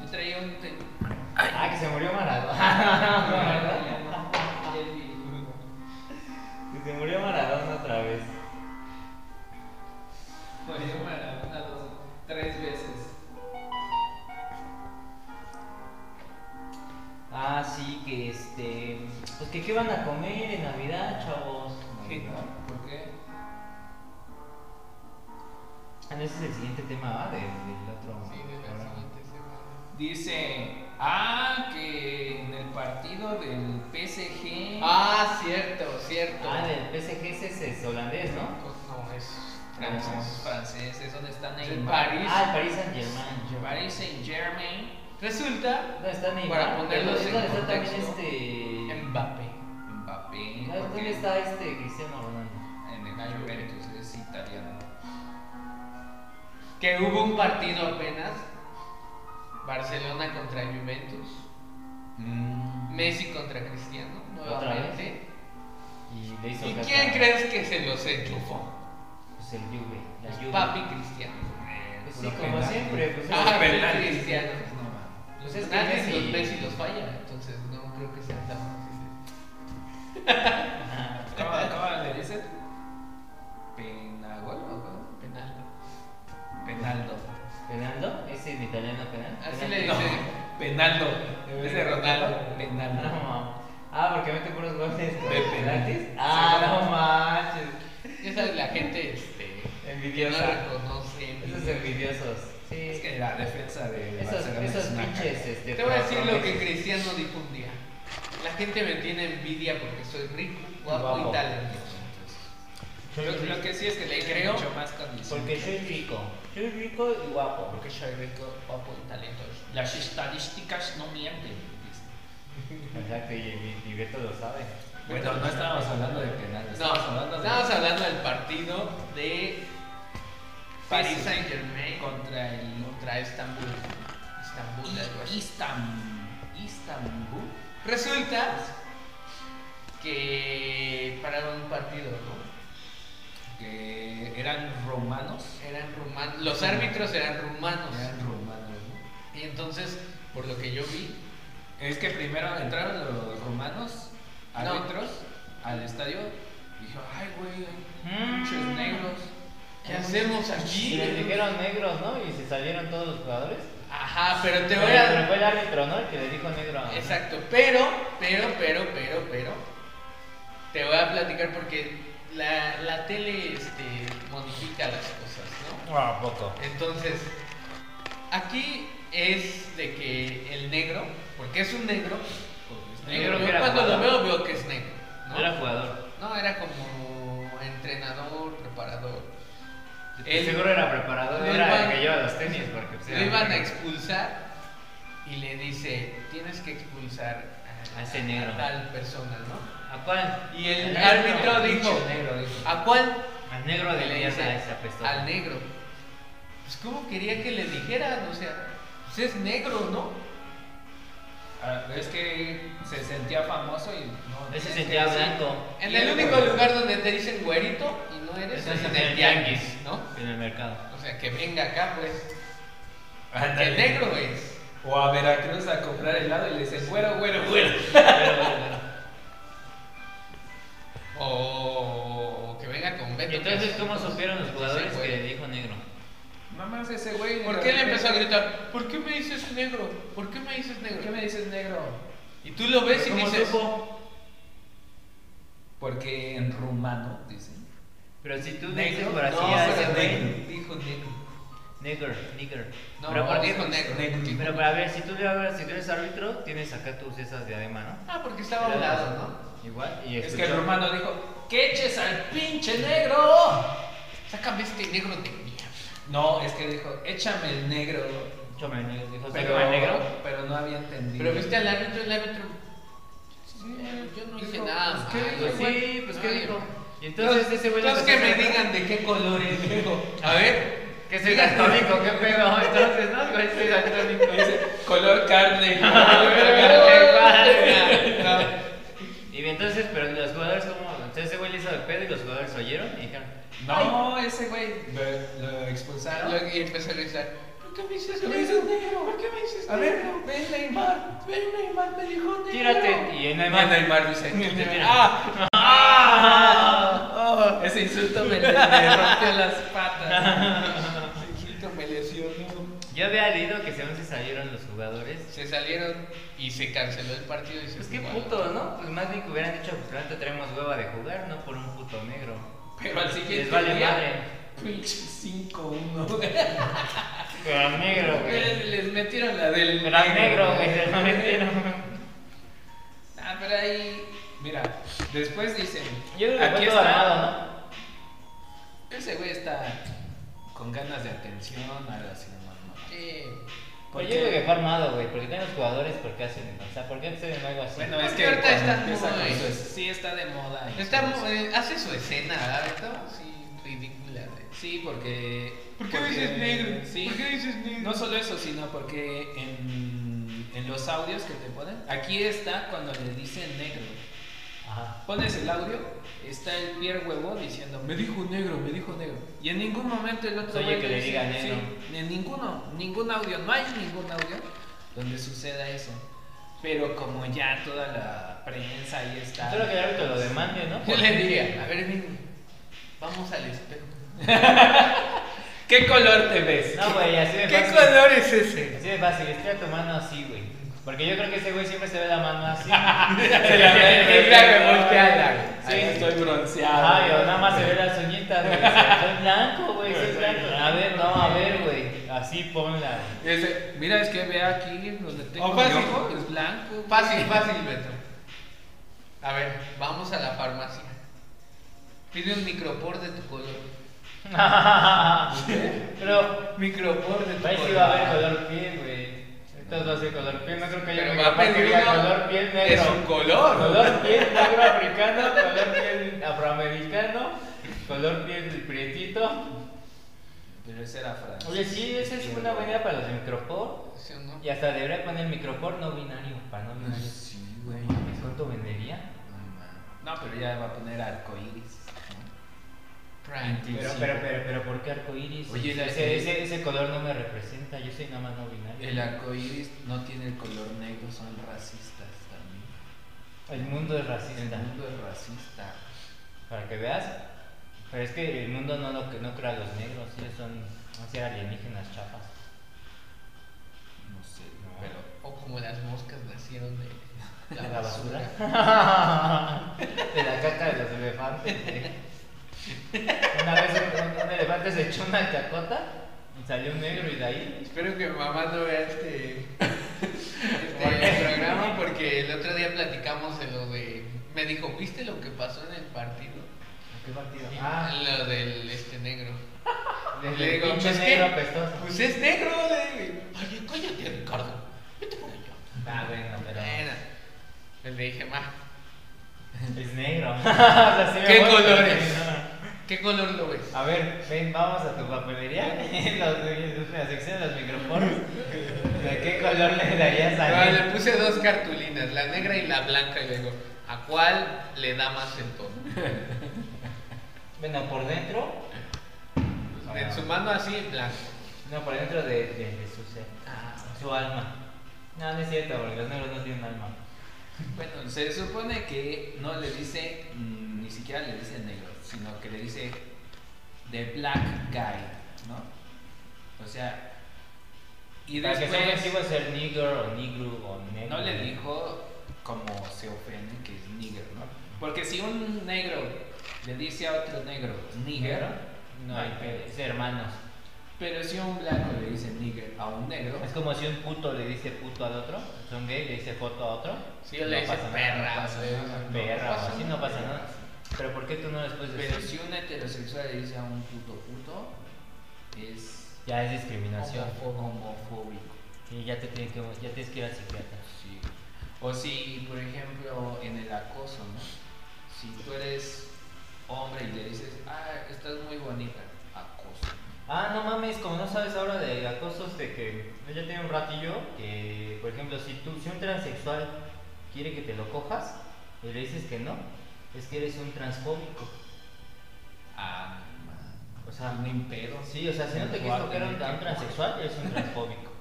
Speaker 3: Yo traía un tema.
Speaker 4: Ah, que se murió
Speaker 3: Ah,
Speaker 4: Maradona. que se murió Maradona otra vez.
Speaker 1: Murió Maradona dos, tres veces.
Speaker 4: Ah, sí, que este. Pues que qué van a comer en Navidad, chavos.
Speaker 3: Sí.
Speaker 1: ¿Por qué?
Speaker 4: Ah, no, ese es el siguiente tema, ¿va? De- del otro.
Speaker 3: Sí, de la siguiente semana.
Speaker 1: Dice, ah, que en el partido del PSG.
Speaker 3: Ah, cierto, cierto.
Speaker 4: Ah, del PSG ese es, es holandés, ¿no?
Speaker 3: No, es
Speaker 1: franceses,
Speaker 3: francés.
Speaker 1: franceses, ¿dónde están
Speaker 3: Es
Speaker 1: ahí?
Speaker 3: en París.
Speaker 4: Ah, el Paris Saint Germain.
Speaker 1: Paris Saint Germain.
Speaker 3: Resulta
Speaker 4: ¿Dónde está Neymar?
Speaker 3: Para ponerlos
Speaker 4: ¿Dónde
Speaker 3: en
Speaker 4: está también
Speaker 3: contexto.
Speaker 4: este.
Speaker 3: Mbappé.
Speaker 1: Mbappé.
Speaker 4: ¿Dónde-
Speaker 1: porque
Speaker 4: ¿Dónde ah, está este Cristiano Ronaldo?
Speaker 1: En el Juventus, es italiano.
Speaker 3: Que hubo un partido apenas. Barcelona contra Juventus.
Speaker 4: Mm.
Speaker 1: Mm.
Speaker 3: Messi contra Cristiano,
Speaker 4: ¿Otra
Speaker 3: nuevamente.
Speaker 4: Y le hizo
Speaker 3: ¿Y
Speaker 4: caso
Speaker 3: quién
Speaker 4: a-
Speaker 3: crees que se los enchufó?
Speaker 4: Pues el Juve. La
Speaker 3: Pues
Speaker 4: Juve.
Speaker 3: Papi Cristiano.
Speaker 4: Pues sí,
Speaker 1: Puro
Speaker 4: como
Speaker 1: penal.
Speaker 4: siempre. Pues
Speaker 3: Ah,
Speaker 4: es-
Speaker 3: pero el
Speaker 1: penales.
Speaker 3: Cristiano.
Speaker 1: No, mames.
Speaker 4: Pues es que
Speaker 3: Nadie
Speaker 4: Messi-
Speaker 3: los Messi los falla, entonces no creo que sea tan fácil.
Speaker 4: Ajá.
Speaker 1: ¿Cómo, cómo le dicen? Penagol o cómo?
Speaker 3: Penal.
Speaker 1: Penaldo.
Speaker 4: ¿Penaldo? ¿Es en italiano penal?
Speaker 3: Así
Speaker 4: ¿Penal?
Speaker 3: le
Speaker 1: No,
Speaker 3: dice.
Speaker 1: Penaldo. En vez de Ronaldo,
Speaker 4: (laughs) No,
Speaker 1: Penaldo.
Speaker 4: no. Ah, porque mete puros goles. con
Speaker 1: De penaltis.
Speaker 4: penaltis. Ah, no manches.
Speaker 3: Ya sabes, la gente este, que no
Speaker 4: Envidiosa.
Speaker 3: reconoce.
Speaker 4: Esos envidiosos. Sí.
Speaker 1: Es que la defensa de
Speaker 4: Esos,
Speaker 1: Barcelona
Speaker 4: esos
Speaker 1: es una caca.
Speaker 4: pinches, este.
Speaker 3: Te voy a decir lo que
Speaker 4: promesas.
Speaker 3: Cristiano dijo un día. La gente me tiene envidia porque soy rico, guapo
Speaker 4: Guapo.
Speaker 3: y talentoso.
Speaker 1: Lo, lo que sí es que le creo mucho más condición.
Speaker 4: Porque soy rico. Soy rico y guapo.
Speaker 3: Porque soy rico, guapo y talentoso.
Speaker 1: Las estadísticas no mienten.
Speaker 4: Exacto, y, y, y Beto lo sabe.
Speaker 1: Bueno, no estábamos hablando de penales.
Speaker 3: No,
Speaker 1: estábamos hablando de
Speaker 3: estamos hablando del partido de Paris
Speaker 1: Sí.
Speaker 3: Saint Germain
Speaker 1: contra el
Speaker 3: contra Estambul. Estambul, algo
Speaker 1: I-
Speaker 3: así.
Speaker 1: Istam- Istambul.
Speaker 3: Resulta que para un partido, ¿no?
Speaker 1: que eran romanos.
Speaker 3: Eran rumanos. Los árbitros eran rumanos.
Speaker 1: Eran romanos. ¿no?
Speaker 3: Y entonces, por lo que yo vi,
Speaker 1: Es que primero entraron los romanos
Speaker 3: No.
Speaker 1: árbitros al estadio y dijo, ay güey, hay
Speaker 4: Mm.
Speaker 1: muchos negros.
Speaker 3: ¿qué hacemos
Speaker 4: Y
Speaker 3: aquí?
Speaker 4: les dijeron negros, ¿no? Y se salieron todos los jugadores.
Speaker 3: Ajá, pero te voy
Speaker 4: Pero, pero
Speaker 3: a.
Speaker 4: fue el árbitro, ¿no? El que le dijo negro. a-
Speaker 3: Exacto, pero, pero, pero, pero, pero. Te voy a platicar porque la, la tele este, modifica las cosas, ¿no?
Speaker 4: Ah, poco.
Speaker 3: Entonces, aquí es de que el negro, porque es un negro, negro, yo
Speaker 4: era
Speaker 3: cuando lo
Speaker 4: jugador.
Speaker 3: veo veo que es negro, ¿no?
Speaker 4: Era jugador.
Speaker 3: no, era como entrenador, preparador.
Speaker 4: El
Speaker 3: Él-
Speaker 4: seguro era preparador,
Speaker 3: lo
Speaker 4: era
Speaker 3: iban-
Speaker 4: el que lleva los tenis porque pues,
Speaker 3: Lo
Speaker 4: era-
Speaker 3: iban a expulsar y le dice, tienes que expulsar a,
Speaker 4: A ese negro.
Speaker 3: a tal persona, ¿no?
Speaker 4: ¿A cuál?
Speaker 3: Y el
Speaker 4: Al
Speaker 3: árbitro
Speaker 4: negro.
Speaker 3: dijo,
Speaker 1: Pinche negro, dijo.
Speaker 3: ¿a cuál?
Speaker 4: Al negro de ah,
Speaker 3: Y
Speaker 4: la
Speaker 3: le dice,
Speaker 4: ese apestoso.
Speaker 3: Al negro. Pues cómo quería que le dijeran, o sea, pues es negro, ¿no?
Speaker 1: Ah, Es que se sentía famoso y no.
Speaker 4: Ese
Speaker 1: tienes
Speaker 4: sentía
Speaker 1: que decir-
Speaker 4: blanco.
Speaker 3: (laughs) En el único lugar donde te dicen güerito y no eres
Speaker 4: Ese
Speaker 3: es
Speaker 4: es
Speaker 3: en
Speaker 4: en
Speaker 3: el
Speaker 4: el
Speaker 3: tianguis, ¿no?
Speaker 4: En el mercado.
Speaker 3: O sea, que venga acá, pues, que
Speaker 1: Ándale.
Speaker 3: negro es.
Speaker 1: O a Veracruz a comprar helado y le dicen, güero, güero, güero.
Speaker 3: O que venga con Beto. que
Speaker 4: Entonces,
Speaker 3: es-
Speaker 4: ¿cómo supieron los
Speaker 3: dice
Speaker 4: jugadores que
Speaker 3: güero.
Speaker 4: le dijo negro?
Speaker 1: Mamás ese güey.
Speaker 3: ¿Por
Speaker 1: de
Speaker 3: qué le
Speaker 1: repente-
Speaker 3: empezó a gritar? ¿Por qué me dices negro? ¿Por qué me dices
Speaker 1: ¿Por qué
Speaker 3: negro?
Speaker 1: me dices negro?
Speaker 3: Y tú lo ves y
Speaker 4: ¿Cómo
Speaker 3: dices.
Speaker 4: supo?
Speaker 1: Porque en rumano dicen.
Speaker 4: Pero si tú dices
Speaker 3: ¿Negro?
Speaker 4: por así
Speaker 3: No,
Speaker 4: a
Speaker 3: pero
Speaker 4: ese güey.
Speaker 3: negro.
Speaker 1: Dijo negro.
Speaker 4: Nigger, nigger.
Speaker 1: No,
Speaker 4: pero, por-
Speaker 3: dijo negro.
Speaker 4: pero para ver, si tú, le hablas- si tú eres árbitro, tienes acá tus esas diadema, ¿no?
Speaker 3: Ah, porque estaba a un lado, ¿no?
Speaker 4: Igual. Y
Speaker 1: Es que el
Speaker 4: escuchó-
Speaker 1: rumano dijo, ¡que eches al pinche negro!
Speaker 3: Sácame este negro de mierda.
Speaker 1: No, es que dijo, échame el negro.
Speaker 4: Chome, ¿no? dijo,
Speaker 1: Pero,
Speaker 4: ¿se negro?
Speaker 1: pero no había entendido.
Speaker 3: Pero viste al árbitro, el árbitro.
Speaker 1: Sí,
Speaker 3: Yo no
Speaker 1: dijo,
Speaker 3: hice nada.
Speaker 1: pues, ¿qué
Speaker 3: malo,
Speaker 1: dijo, (laughs)
Speaker 3: güey.
Speaker 4: Sí, pues ¿qué
Speaker 3: Ay,
Speaker 4: dijo? Y entonces
Speaker 1: Entonces,
Speaker 4: ese güey...
Speaker 1: entonces
Speaker 4: le
Speaker 1: que me
Speaker 4: empezó a-
Speaker 1: digan de qué color es negro.
Speaker 3: A ver.
Speaker 4: (laughs) Que soy (laughs)
Speaker 3: (laughs)
Speaker 4: daltónico, qué pedo. Entonces, ¿no? Güey,
Speaker 1: (laughs)
Speaker 4: soy daltónico.
Speaker 1: color carne.
Speaker 4: Y entonces, pero los jugadores, ¿cómo? Entonces ese güey le hizo el pedo y los jugadores oyeron y dijeron...
Speaker 1: no, ese güey lo- lo expulsaron.
Speaker 3: Lo- Y empezó a gritar. ¿Por qué me dices
Speaker 1: ¿Por qué me dices
Speaker 3: negro? ¿Por qué me dices
Speaker 1: A ver,
Speaker 3: negro?
Speaker 1: ven Neymar. Ven Neymar, me dijo negro.
Speaker 4: Tírate. Y en el
Speaker 1: No, Neymar dice.
Speaker 4: ¡Ah!
Speaker 1: ¡Ah! Ese insulto me, le- me rompió las patas.
Speaker 3: El grito me lesionó.
Speaker 4: Yo había leído que según se salieron los jugadores.
Speaker 3: Se salieron y se canceló el partido y se
Speaker 4: Pues qué
Speaker 3: jugó al
Speaker 4: puto,
Speaker 3: otro.
Speaker 4: ¿no? Pues más bien que hubieran dicho, pues ahorita traemos hueva de jugar, no por un puto negro.
Speaker 1: Pero al siguiente
Speaker 4: Les vale
Speaker 1: día,
Speaker 4: madre.
Speaker 1: Pinche 5-1. güey.
Speaker 4: Pero al negro,
Speaker 1: Les,
Speaker 4: güey.
Speaker 1: les metieron la del
Speaker 4: Pero al negro, güey, (laughs) se lo metieron.
Speaker 1: Ah, pero ahí. Mira, después dicen.
Speaker 4: Yo creo que fue todo armado,
Speaker 1: Ese güey está con ganas de atención, algo así, no, no.
Speaker 3: Sí.
Speaker 4: ¿no? Pero yo creo que fue armado, güey, porque tienen los jugadores, porque hacen, o sea, ¿por qué hacen algo así?
Speaker 1: Bueno,
Speaker 3: Porque
Speaker 1: es que
Speaker 3: ahorita
Speaker 1: cuando
Speaker 3: está
Speaker 1: empieza
Speaker 3: muy-
Speaker 1: con su- sí está de moda. y
Speaker 3: Está,
Speaker 1: todo
Speaker 3: mu-
Speaker 1: eso.
Speaker 3: eh, hace su escena, ¿verdad? Está así ridícula. güey.
Speaker 1: Sí, porque.
Speaker 3: porque- eh,
Speaker 1: porque-
Speaker 3: Sí.
Speaker 1: Sí. No solo eso, sino porque en, en los audios que te ponen, aquí está cuando le dicen negro.
Speaker 4: Ajá.
Speaker 1: Pones el audio, está el Pierre Huevo diciendo, me dijo negro, me dijo negro. Y en ningún momento el otro
Speaker 4: Oye,
Speaker 1: güey
Speaker 4: que le
Speaker 1: dice,
Speaker 4: diga negro.
Speaker 1: Sí, en ninguno, ningún audio, no hay ningún audio donde suceda eso. Pero como ya toda la prensa ahí está.
Speaker 4: Espero que el árbitro lo demande,
Speaker 1: (laughs)
Speaker 4: ¿no?
Speaker 3: Yo le diría, a ver, ven, vamos al espejo.
Speaker 1: ¿Qué color te ves? (laughs)
Speaker 4: No, güey, así de fácil.
Speaker 3: es ese?
Speaker 4: Así de fácil, estira tu mano así, güey. Porque yo creo que ese güey siempre se ve la
Speaker 1: (laughs)
Speaker 4: mano así. se (laughs)
Speaker 1: la ve-
Speaker 3: Es la revolteada.
Speaker 1: Ahí estoy bronceado.
Speaker 4: Ay, o nada más se ve las uñitas, güey. Soy blanco, güey, soy blanco. A ver, no, a ver, güey. Así ponla.
Speaker 1: Ese, mira, es que ve aquí donde tengo
Speaker 3: O
Speaker 1: mi
Speaker 3: Oh, fácil.
Speaker 1: ojo, es blanco.
Speaker 3: Fácil, fácil, Beto. A ver, vamos a la farmacia. Pide un micropor de tu
Speaker 4: (laughs)
Speaker 3: color.
Speaker 4: Pero
Speaker 3: Micropor de tu
Speaker 4: ahí
Speaker 3: color.
Speaker 4: sí va a haber color piel, güey. Entonces va a ser color piel. No creo que haya
Speaker 3: Pero
Speaker 4: un
Speaker 3: va a
Speaker 4: color que
Speaker 3: pedir
Speaker 4: diga
Speaker 3: uno
Speaker 4: color piel
Speaker 3: de
Speaker 4: negro.
Speaker 3: su color.
Speaker 4: Color piel negro africano, color piel afroamericano, color piel prietito.
Speaker 1: Pero ese era francés.
Speaker 4: Oye, sí, esa es una buena idea para los de micropor.
Speaker 3: ¿Sí o no?
Speaker 4: Y hasta debería poner micropor no binario, para no
Speaker 1: No,
Speaker 4: binario.
Speaker 1: Sí, güey.
Speaker 4: ¿Cuánto vendería?
Speaker 1: No, pero ya va a poner arcoíris.
Speaker 3: Prime.
Speaker 4: Pero,
Speaker 1: Sí.
Speaker 4: pero, pero, pero, ¿por qué arcoiris?
Speaker 1: Oye, la-
Speaker 4: ese, ese, ese color no me representa, yo soy nada más no binario.
Speaker 1: El arcoíris no tiene el color negro, son racistas también.
Speaker 4: El mundo es
Speaker 1: El
Speaker 4: racista.
Speaker 1: mundo es racista.
Speaker 4: Para que veas, pero es que el mundo no, lo, no crea a los negros, ellos son así alienígenas chapas.
Speaker 1: No sé,
Speaker 4: No.
Speaker 1: pero.
Speaker 3: O como las moscas nacieron de
Speaker 4: De
Speaker 3: la
Speaker 4: la
Speaker 3: basura.
Speaker 4: basura. (laughs) de la caca de los elefantes. güey. Una vez un, un elefante se echó una chacota y salió un negro y de ahí.
Speaker 3: Espero que mi mamá no vea este,
Speaker 4: (laughs)
Speaker 3: este programa porque el otro día platicamos de lo de. Me dijo, ¿viste lo que pasó en el partido?
Speaker 4: ¿Qué partido?
Speaker 3: Y
Speaker 4: Ah,
Speaker 3: Lo del este negro.
Speaker 4: desde
Speaker 3: le
Speaker 4: el
Speaker 3: digo,
Speaker 4: pinche
Speaker 3: pues, ¿qué?
Speaker 4: negro apestoso.
Speaker 3: Pues es negro, le digo. Oye, cállate, Ricardo. Vete por allá.
Speaker 4: Ah, bueno, pero.
Speaker 3: Bueno, pues le dije, ma,
Speaker 4: Es negro. (laughs) O sea, sí me
Speaker 3: ¿Qué
Speaker 4: muero.
Speaker 3: colores?
Speaker 4: (laughs)
Speaker 3: ¿qué color lo ves?
Speaker 4: A ver, ven, vamos a tu papelería. (laughs) los, la sección de los micrófonos. ¿De qué color le darías a
Speaker 3: Ah,
Speaker 4: él?
Speaker 3: le puse dos cartulinas, la negra y la blanca, y le digo, ¿a cuál le da más el tono?
Speaker 4: Bueno, por dentro. Ah.
Speaker 3: En su mano así, blanco.
Speaker 4: No, por dentro de, de, de su ser.
Speaker 3: Ah,
Speaker 4: Su alma. No, no es cierto, porque los negros no tienen alma.
Speaker 1: Bueno, se supone que no le dice, mm, ni siquiera le dice negro, sino que le dice the black guy, ¿no? O sea, y
Speaker 4: Para que sea
Speaker 1: después
Speaker 4: ofensivo es ser nigger o negro o negro.
Speaker 1: no le dijo como se ofende que es nigger, ¿no? Porque si un negro le dice a otro negro nigger,
Speaker 4: ¿Negro? Ah. No, hay pedo, es hermanos.
Speaker 1: pero si un blanco le dice nigger a un negro,
Speaker 4: Es como si un puto le dice puto al otro, si un gay le dice foto a otro.
Speaker 3: Sí, le dice
Speaker 4: pasa nada,
Speaker 3: perra,
Speaker 4: no pasa
Speaker 3: güey,
Speaker 4: nada,
Speaker 3: no
Speaker 4: perra,
Speaker 3: pasa
Speaker 4: o así no pasa
Speaker 3: nada.
Speaker 4: nada. Pero ¿por qué tú no después de
Speaker 1: pero si un heterosexual le dice a un puto puto, es
Speaker 4: Ya es discriminación.
Speaker 1: homofo- homofóbico.
Speaker 4: Y ya te tienes que, ya tienes que ir al psiquiatra.
Speaker 1: Sí. O si, por ejemplo, en el acoso, ¿no? Si tú eres hombre y le dices, ah, estás muy bonita, acoso.
Speaker 4: Ah, no mames, como no sabes ahora de acosos de que yo ya tiene un ratillo que, por ejemplo, si tú, si un transexual quiere que te lo cojas y le dices que no, es que eres un transfóbico.
Speaker 1: Ah,
Speaker 4: O sea,
Speaker 1: sea, un impedo.
Speaker 4: Sí, o sea, si no te quieres tocar a un, a un transexual, eres un transfóbico.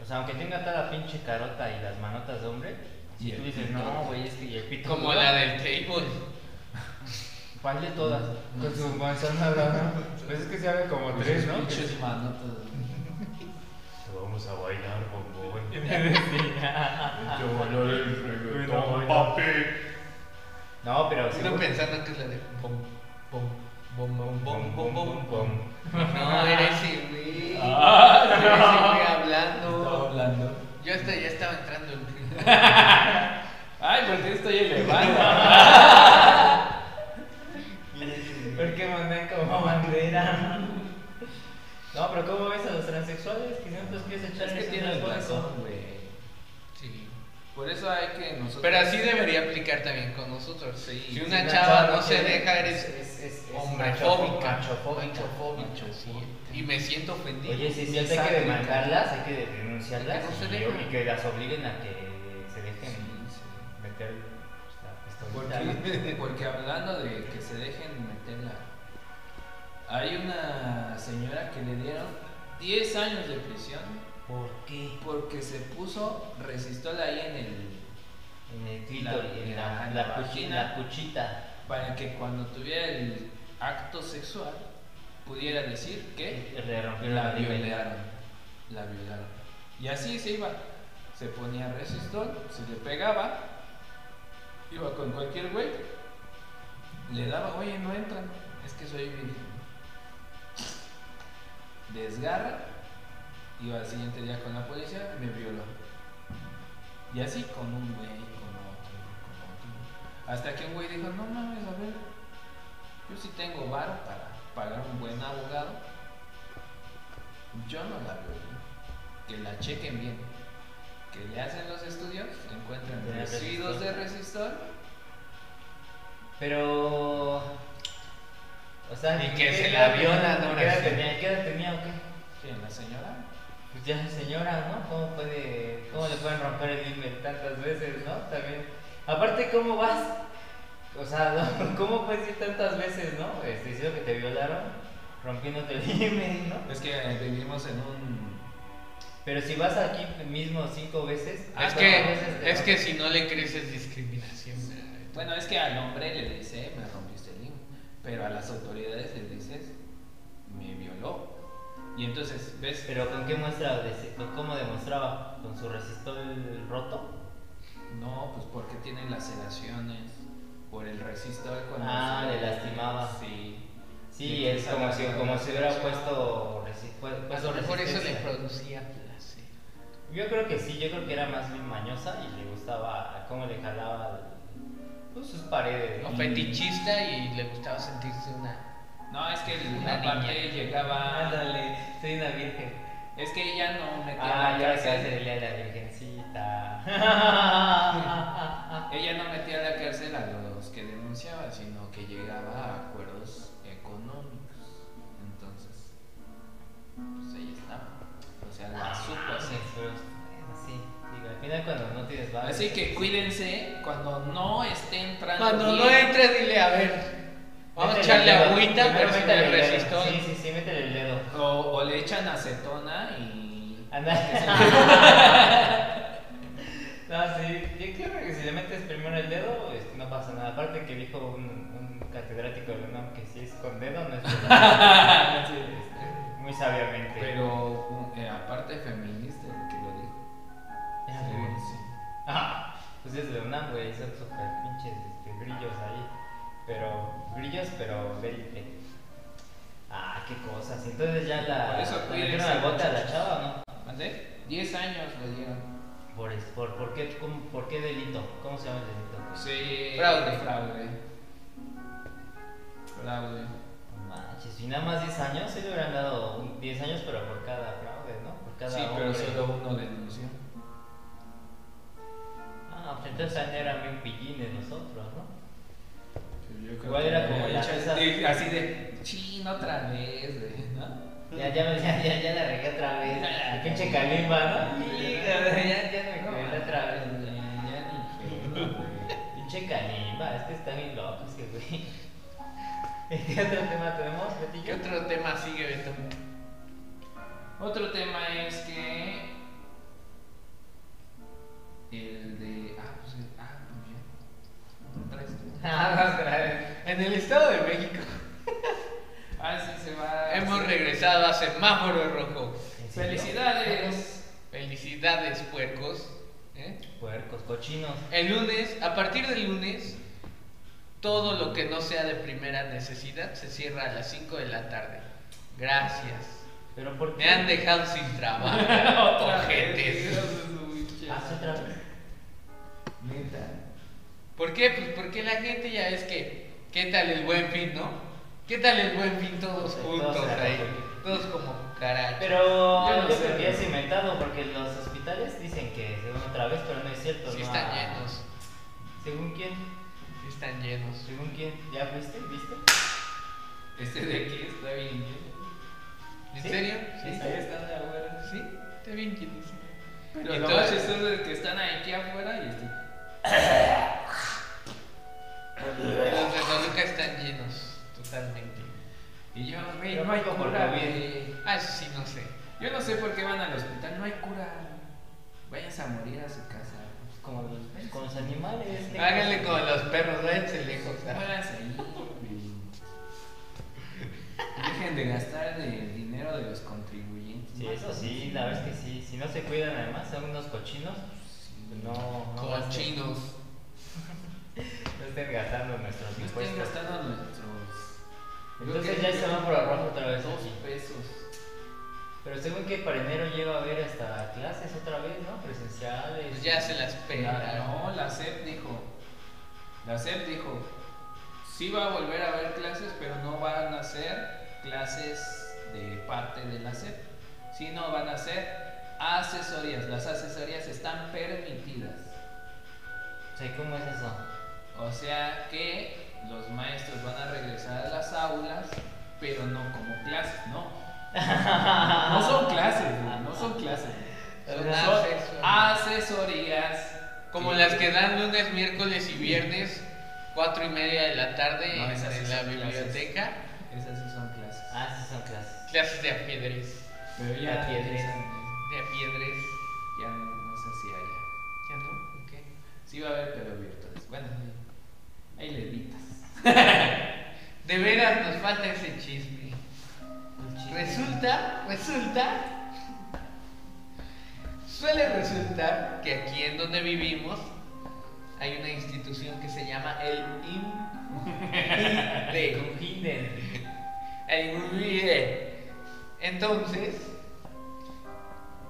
Speaker 4: O sea, aunque tenga toda la pinche carota y las manotas de hombre,
Speaker 1: Y
Speaker 4: si tú
Speaker 1: el
Speaker 4: dices,
Speaker 1: pito.
Speaker 4: no, güey, es que y el pito.
Speaker 3: Como
Speaker 4: duro",
Speaker 3: la del table.
Speaker 4: ¿Cuál de todas?
Speaker 2: Con su manzana blanca. Pues es que se abre como tres, ¿no?
Speaker 1: Pinches manotas.
Speaker 4: Vamos a bailar, bombón.
Speaker 2: Yo valoro el reggaetón,
Speaker 4: Bueno,
Speaker 2: papi.
Speaker 4: No, pero
Speaker 3: Sigo
Speaker 4: seguro-
Speaker 3: pensando que es la de pom, pom, bom, bom, bom, bom, bom,
Speaker 4: pom.
Speaker 3: No, era ese güey.
Speaker 4: Ah,
Speaker 3: Era ese güey
Speaker 1: Estaba
Speaker 3: hablando.
Speaker 1: hablando.
Speaker 3: Yo hasta ya estaba entrando en. (laughs)
Speaker 1: Ay, ¿por qué estoy elevando?
Speaker 4: ¿Por qué mandan como bandera? No, pero ¿cómo ves a los transexuales? Que siempre los quieres echar
Speaker 1: es que
Speaker 4: eres un
Speaker 1: tienes
Speaker 4: transfóbico.
Speaker 1: razón, güey.
Speaker 3: Sí.
Speaker 1: Por eso hay que nosotros.
Speaker 3: Pero así debería aplicar también con nosotros.
Speaker 1: Sí.
Speaker 3: si
Speaker 1: Si
Speaker 3: una chava no se deja, eres hombrefóbica.
Speaker 4: machofóbica.
Speaker 3: Machofóbica, sí. Y me siento ofendido.
Speaker 4: Oye, sí, sí,
Speaker 1: Exacto.
Speaker 4: hay que demandarlas, hay que denunciarlas
Speaker 3: Que no se
Speaker 4: y,
Speaker 3: dejen.
Speaker 4: y que las obliguen a que se dejen
Speaker 1: Sí,
Speaker 4: meter la pistolita.
Speaker 1: Porque, (laughs) porque hablando de que se dejen meterla, hay una señora que le dieron 10 años de prisión
Speaker 4: ¿Por qué?
Speaker 1: porque se puso resistola ahí en el.
Speaker 4: En el clítoris, en
Speaker 1: la-
Speaker 4: la,
Speaker 1: en
Speaker 4: la,
Speaker 1: la
Speaker 4: cuchi-
Speaker 1: vagina.
Speaker 4: la cuchita.
Speaker 1: para que cuando tuviera el acto sexual pudiera decir
Speaker 3: ¿Eh?
Speaker 1: que
Speaker 4: eh, Le rompió la
Speaker 1: la
Speaker 4: vagina.
Speaker 1: violaron. La violaron. Y así se iba. Se ponía resistol, se le pegaba, iba con cualquier güey, le daba, oye, no entran, es que soy virgen. Desgarra, iba al siguiente día con la policía, me violó. Y así con un güey, con otro, con otro. Hasta que un güey dijo, no mames, a ver, yo sí tengo varo para pagar un buen abogado. Yo no la violé. Que la chequen bien. Que le hacen los estudios, encuentran
Speaker 4: De
Speaker 1: residuos de
Speaker 4: resistor.
Speaker 1: resistor
Speaker 4: Pero. O sea,
Speaker 3: Y que
Speaker 4: ¿qué-
Speaker 3: se
Speaker 4: qué
Speaker 3: la
Speaker 4: edad tenía?
Speaker 3: violan ahora
Speaker 4: ¿Qué edad
Speaker 3: sí.
Speaker 4: tenía? ¿Qué edad tenía o qué?
Speaker 1: ¿Quién? ¿La señora?
Speaker 4: Pues ya es señora, ¿no? ¿Cómo puede, cómo le pueden romper el email tantas veces, no? También. Aparte, ¿cómo vas? O sea, (laughs) ¿no? ¿cómo puedes ir tantas veces, no? Este, diciendo que te violaron, rompiéndote el email, ¿no?
Speaker 1: Es que eh, vivimos en un...
Speaker 4: Pero si vas aquí mismo cinco veces,
Speaker 3: es
Speaker 4: ¿cuántas veces
Speaker 3: que,
Speaker 4: te
Speaker 3: es que
Speaker 4: rompen?
Speaker 3: si no le crees es discriminación.
Speaker 1: Bueno, es que al hombre le dice, "Eh, me rompiste el himno. Pero a las autoridades le dices, me violó. Y entonces, ¿ves?
Speaker 4: Pero ¿con qué muestra? Deci- con ¿Cómo demostraba? ¿Con su resistor roto?
Speaker 1: No, pues porque tienen laceraciones por el resistor cuando...
Speaker 4: Ah,
Speaker 1: se-
Speaker 4: le lastimaba.
Speaker 1: Sí.
Speaker 4: Sí, es como si, como si hubiera puesto, resi- pu-
Speaker 3: A
Speaker 4: puesto
Speaker 3: lo mejor eso le
Speaker 4: resistencia.
Speaker 3: producía placer.
Speaker 4: Yo creo que sí, yo creo que era más bien mañosa y le gustaba cómo le jalaba pues, sus paredes.
Speaker 3: ¿no?
Speaker 4: Y-
Speaker 3: Fetichista y le gustaba sentirse una.
Speaker 1: No, es que
Speaker 3: Una
Speaker 1: la parte
Speaker 3: niña.
Speaker 1: llegaba...
Speaker 4: Ándale, soy una virgen.
Speaker 1: Es que ella no metía la
Speaker 4: Ah, ya se
Speaker 1: cárcel.
Speaker 4: hace el día de la (laughs) virgencita.
Speaker 1: Ella no metía a la cárcel a los que denunciaba, sino que llegaba a acuerdos económicos. Entonces, pues ahí estaba. O sea,
Speaker 4: Ah,
Speaker 1: la supo hacer.
Speaker 4: Sí, eh, digo, al final cuando no tienes barrio.
Speaker 1: Así que cuídense cuando no esté entrando.
Speaker 3: Cuando no
Speaker 1: bien.
Speaker 3: entres, dile, a ver, vamos a
Speaker 4: Métele
Speaker 3: echarle
Speaker 4: el dedo.
Speaker 3: agüita,
Speaker 4: Primero
Speaker 3: pero si
Speaker 4: métele
Speaker 3: me
Speaker 4: el dedo.
Speaker 3: resisto.
Speaker 4: Sí, sí, sí, métele el dedo.
Speaker 1: O, o le echan acetona y.
Speaker 4: Anda. no, sí, yo creo que si le metes primero el dedo, este, no pasa nada. Aparte que dijo
Speaker 3: (laughs)
Speaker 4: un, un catedrático de la (laughs) UNAM que si es con dedo, no es con dedo.
Speaker 1: Sí.
Speaker 4: Muy sabiamente.
Speaker 1: Pero un- eh, aparte feminista el que lo dijo.
Speaker 4: Ya,
Speaker 1: Sí,
Speaker 4: güey.
Speaker 1: sí.
Speaker 4: (laughs) Ah, pues es de UNAM, güey, son súper pinches este, grillos ahí. Pero, grillos, pero élite. Ah, qué cosas. Entonces ya la.
Speaker 1: Por eso
Speaker 4: ¿la
Speaker 1: cuídense,
Speaker 4: metieron al bote a la
Speaker 1: muchachos.
Speaker 4: chava, ¿no?
Speaker 1: ¿Mandé? 10 años le dieron.
Speaker 4: Por, es- por, por, qué, cómo- ¿Por qué delito? ¿Cómo se llama el Pues, delito?
Speaker 1: Sí.
Speaker 3: Fraude.
Speaker 1: Fraude. Fraude.
Speaker 4: No Manches, y nada más 10 años, sí le hubieran dado un- 10 años, pero por cada fraude, ¿no? Por cada
Speaker 1: sí, pero
Speaker 4: hombre.
Speaker 1: solo uno denunció.
Speaker 4: Ah, pues entonces también eran bien pillines nosotros, ¿no?
Speaker 1: Pero yo creo
Speaker 4: Igual
Speaker 1: que
Speaker 4: era
Speaker 1: me
Speaker 4: como
Speaker 1: había
Speaker 4: la
Speaker 1: hecho
Speaker 4: esa-
Speaker 1: así- así de chin otra vez, güey, ¿no? (laughs)
Speaker 4: Ya, ya, me- ya, ya, ya la regué otra vez. La pinche calimba, ¿no?
Speaker 1: Sí,
Speaker 4: Ya, ya, ya me
Speaker 1: No,
Speaker 4: quedé otra vez.
Speaker 1: ya ni pedo, güey.
Speaker 4: Pinche calimba, es que está bien loco ese güey. (laughs) ¿Qué otro tema tenemos,
Speaker 3: ¿Qué
Speaker 4: Betillo?
Speaker 3: otro tema sigue, Beto?
Speaker 1: Otro tema es que el de ah pues el- ah muy bien. ¿Lo traes tú?
Speaker 4: Ah, vamos a ver.
Speaker 3: En el Estado de México
Speaker 1: Ah, sí, se va.
Speaker 3: hemos
Speaker 1: sí.
Speaker 3: regresado a semáforo rojo.
Speaker 4: ¿En serio?
Speaker 1: Felicidades.
Speaker 3: Felicidades, puercos. ¿eh?
Speaker 4: Puercos, cochinos.
Speaker 3: El lunes, a partir del lunes, todo lo que no sea de primera necesidad se cierra a las 5 de la tarde. Gracias.
Speaker 4: Pero ¿por qué? Ah,
Speaker 3: Me han dejado
Speaker 4: (laughs)
Speaker 3: sin trabajo.
Speaker 1: Otra vez,
Speaker 3: ojetes.
Speaker 1: Dios de su pinche
Speaker 4: Haz otra vez.
Speaker 1: Neta.
Speaker 3: ¿Por qué? Pues porque la gente ya es que, ¿qué tal el buen fin, no? ¿Qué tal el buen fin todos
Speaker 4: Sí,
Speaker 3: juntos
Speaker 4: todos
Speaker 3: ahí?
Speaker 4: juntos.
Speaker 3: Todos como cucarachas.
Speaker 4: Pero
Speaker 1: Yo
Speaker 4: yo,
Speaker 1: no sé,
Speaker 4: creo que ya es
Speaker 1: güey.
Speaker 4: inventado porque los hospitales dicen que según otra vez, pero no es cierto.
Speaker 3: sí
Speaker 4: no
Speaker 3: están
Speaker 4: ha-
Speaker 3: llenos,
Speaker 4: ¿Según quién?
Speaker 3: sí están llenos.
Speaker 4: ¿Según quién? ¿Ya fuiste? ¿Viste?
Speaker 1: Este de aquí está bien. lleno.
Speaker 3: ¿En
Speaker 4: ¿Sí?
Speaker 3: serio?
Speaker 4: Sí.
Speaker 3: Sí.
Speaker 1: Ahí están afuera.
Speaker 3: Sí, está bien quien dice.
Speaker 1: Pero
Speaker 3: Y
Speaker 1: lo
Speaker 3: todo-
Speaker 4: eh.
Speaker 1: más chistoso es que están aquí afuera y este.
Speaker 3: Los de Toluca están llenos, totalmente.
Speaker 1: Y yo, güey,
Speaker 4: Pero
Speaker 1: no hay
Speaker 4: poco por
Speaker 1: cura,
Speaker 4: COVID.
Speaker 1: güey.
Speaker 3: Ah, eso sí, no sé.
Speaker 1: Yo no sé por qué van al hospital, no hay cura. Vayas a morir a su casa.
Speaker 4: Como los, con los animales. ¿no?
Speaker 3: Háganle como los perros, váyanse lejos. ¿ah?
Speaker 1: Háganse ahí, güey. Dejen de gastar el dinero de los contribuyentes.
Speaker 4: Sí, eso sí, la verdad es que sí. Si no se cuidan, además, son unos cochinos. pues No, no gasten-
Speaker 3: Cochinos.
Speaker 4: No estén gastando nuestros
Speaker 1: No estén
Speaker 4: impuestos.
Speaker 1: gastando nuestros.
Speaker 4: Entonces ya se van por rojo otra vez.
Speaker 1: Dos
Speaker 4: aquí.
Speaker 1: pesos.
Speaker 4: Pero según que para enero llega a haber hasta clases otra vez, ¿no? Presenciales.
Speaker 3: Pues ya se las
Speaker 1: La-
Speaker 3: pelaron.
Speaker 1: no, la SEP dijo. La SEP dijo. Sí va a volver a haber clases, pero no van a ser clases de parte de la SEP, sino van a ser asesorías. Las asesorías están permitidas.
Speaker 4: O sea, ¿cómo es eso?
Speaker 1: O sea que los maestros van a regresar a las aulas, pero no como clases, no. No son clases, güey, no son clases.
Speaker 3: Son
Speaker 1: Son
Speaker 3: asesorías.
Speaker 1: asesorías.
Speaker 3: Como
Speaker 1: que-
Speaker 3: las que dan lunes, miércoles y viernes, cuatro y media de la tarde
Speaker 1: No, esas sí
Speaker 3: en la
Speaker 1: son
Speaker 3: biblioteca.
Speaker 1: Esas sí son clases.
Speaker 4: Ah, sí, son clases.
Speaker 3: Clases de apiedres.
Speaker 1: Pero ya
Speaker 4: La piedra.
Speaker 1: regresan,
Speaker 3: De apiedres.
Speaker 1: Ya no, no sé si haya.
Speaker 3: ¿Ya no? ¿Qué?
Speaker 1: Sí va a haber, pero virtuales. Bueno, ahí- ahí le evitas.
Speaker 3: De veras nos falta ese chisme.
Speaker 4: Un chingo.
Speaker 3: Resulta, resulta, suele resultar que aquí en donde vivimos hay una institución que se llama el IMD.
Speaker 4: (laughs) Con Hinden.
Speaker 3: El IMD. Entonces,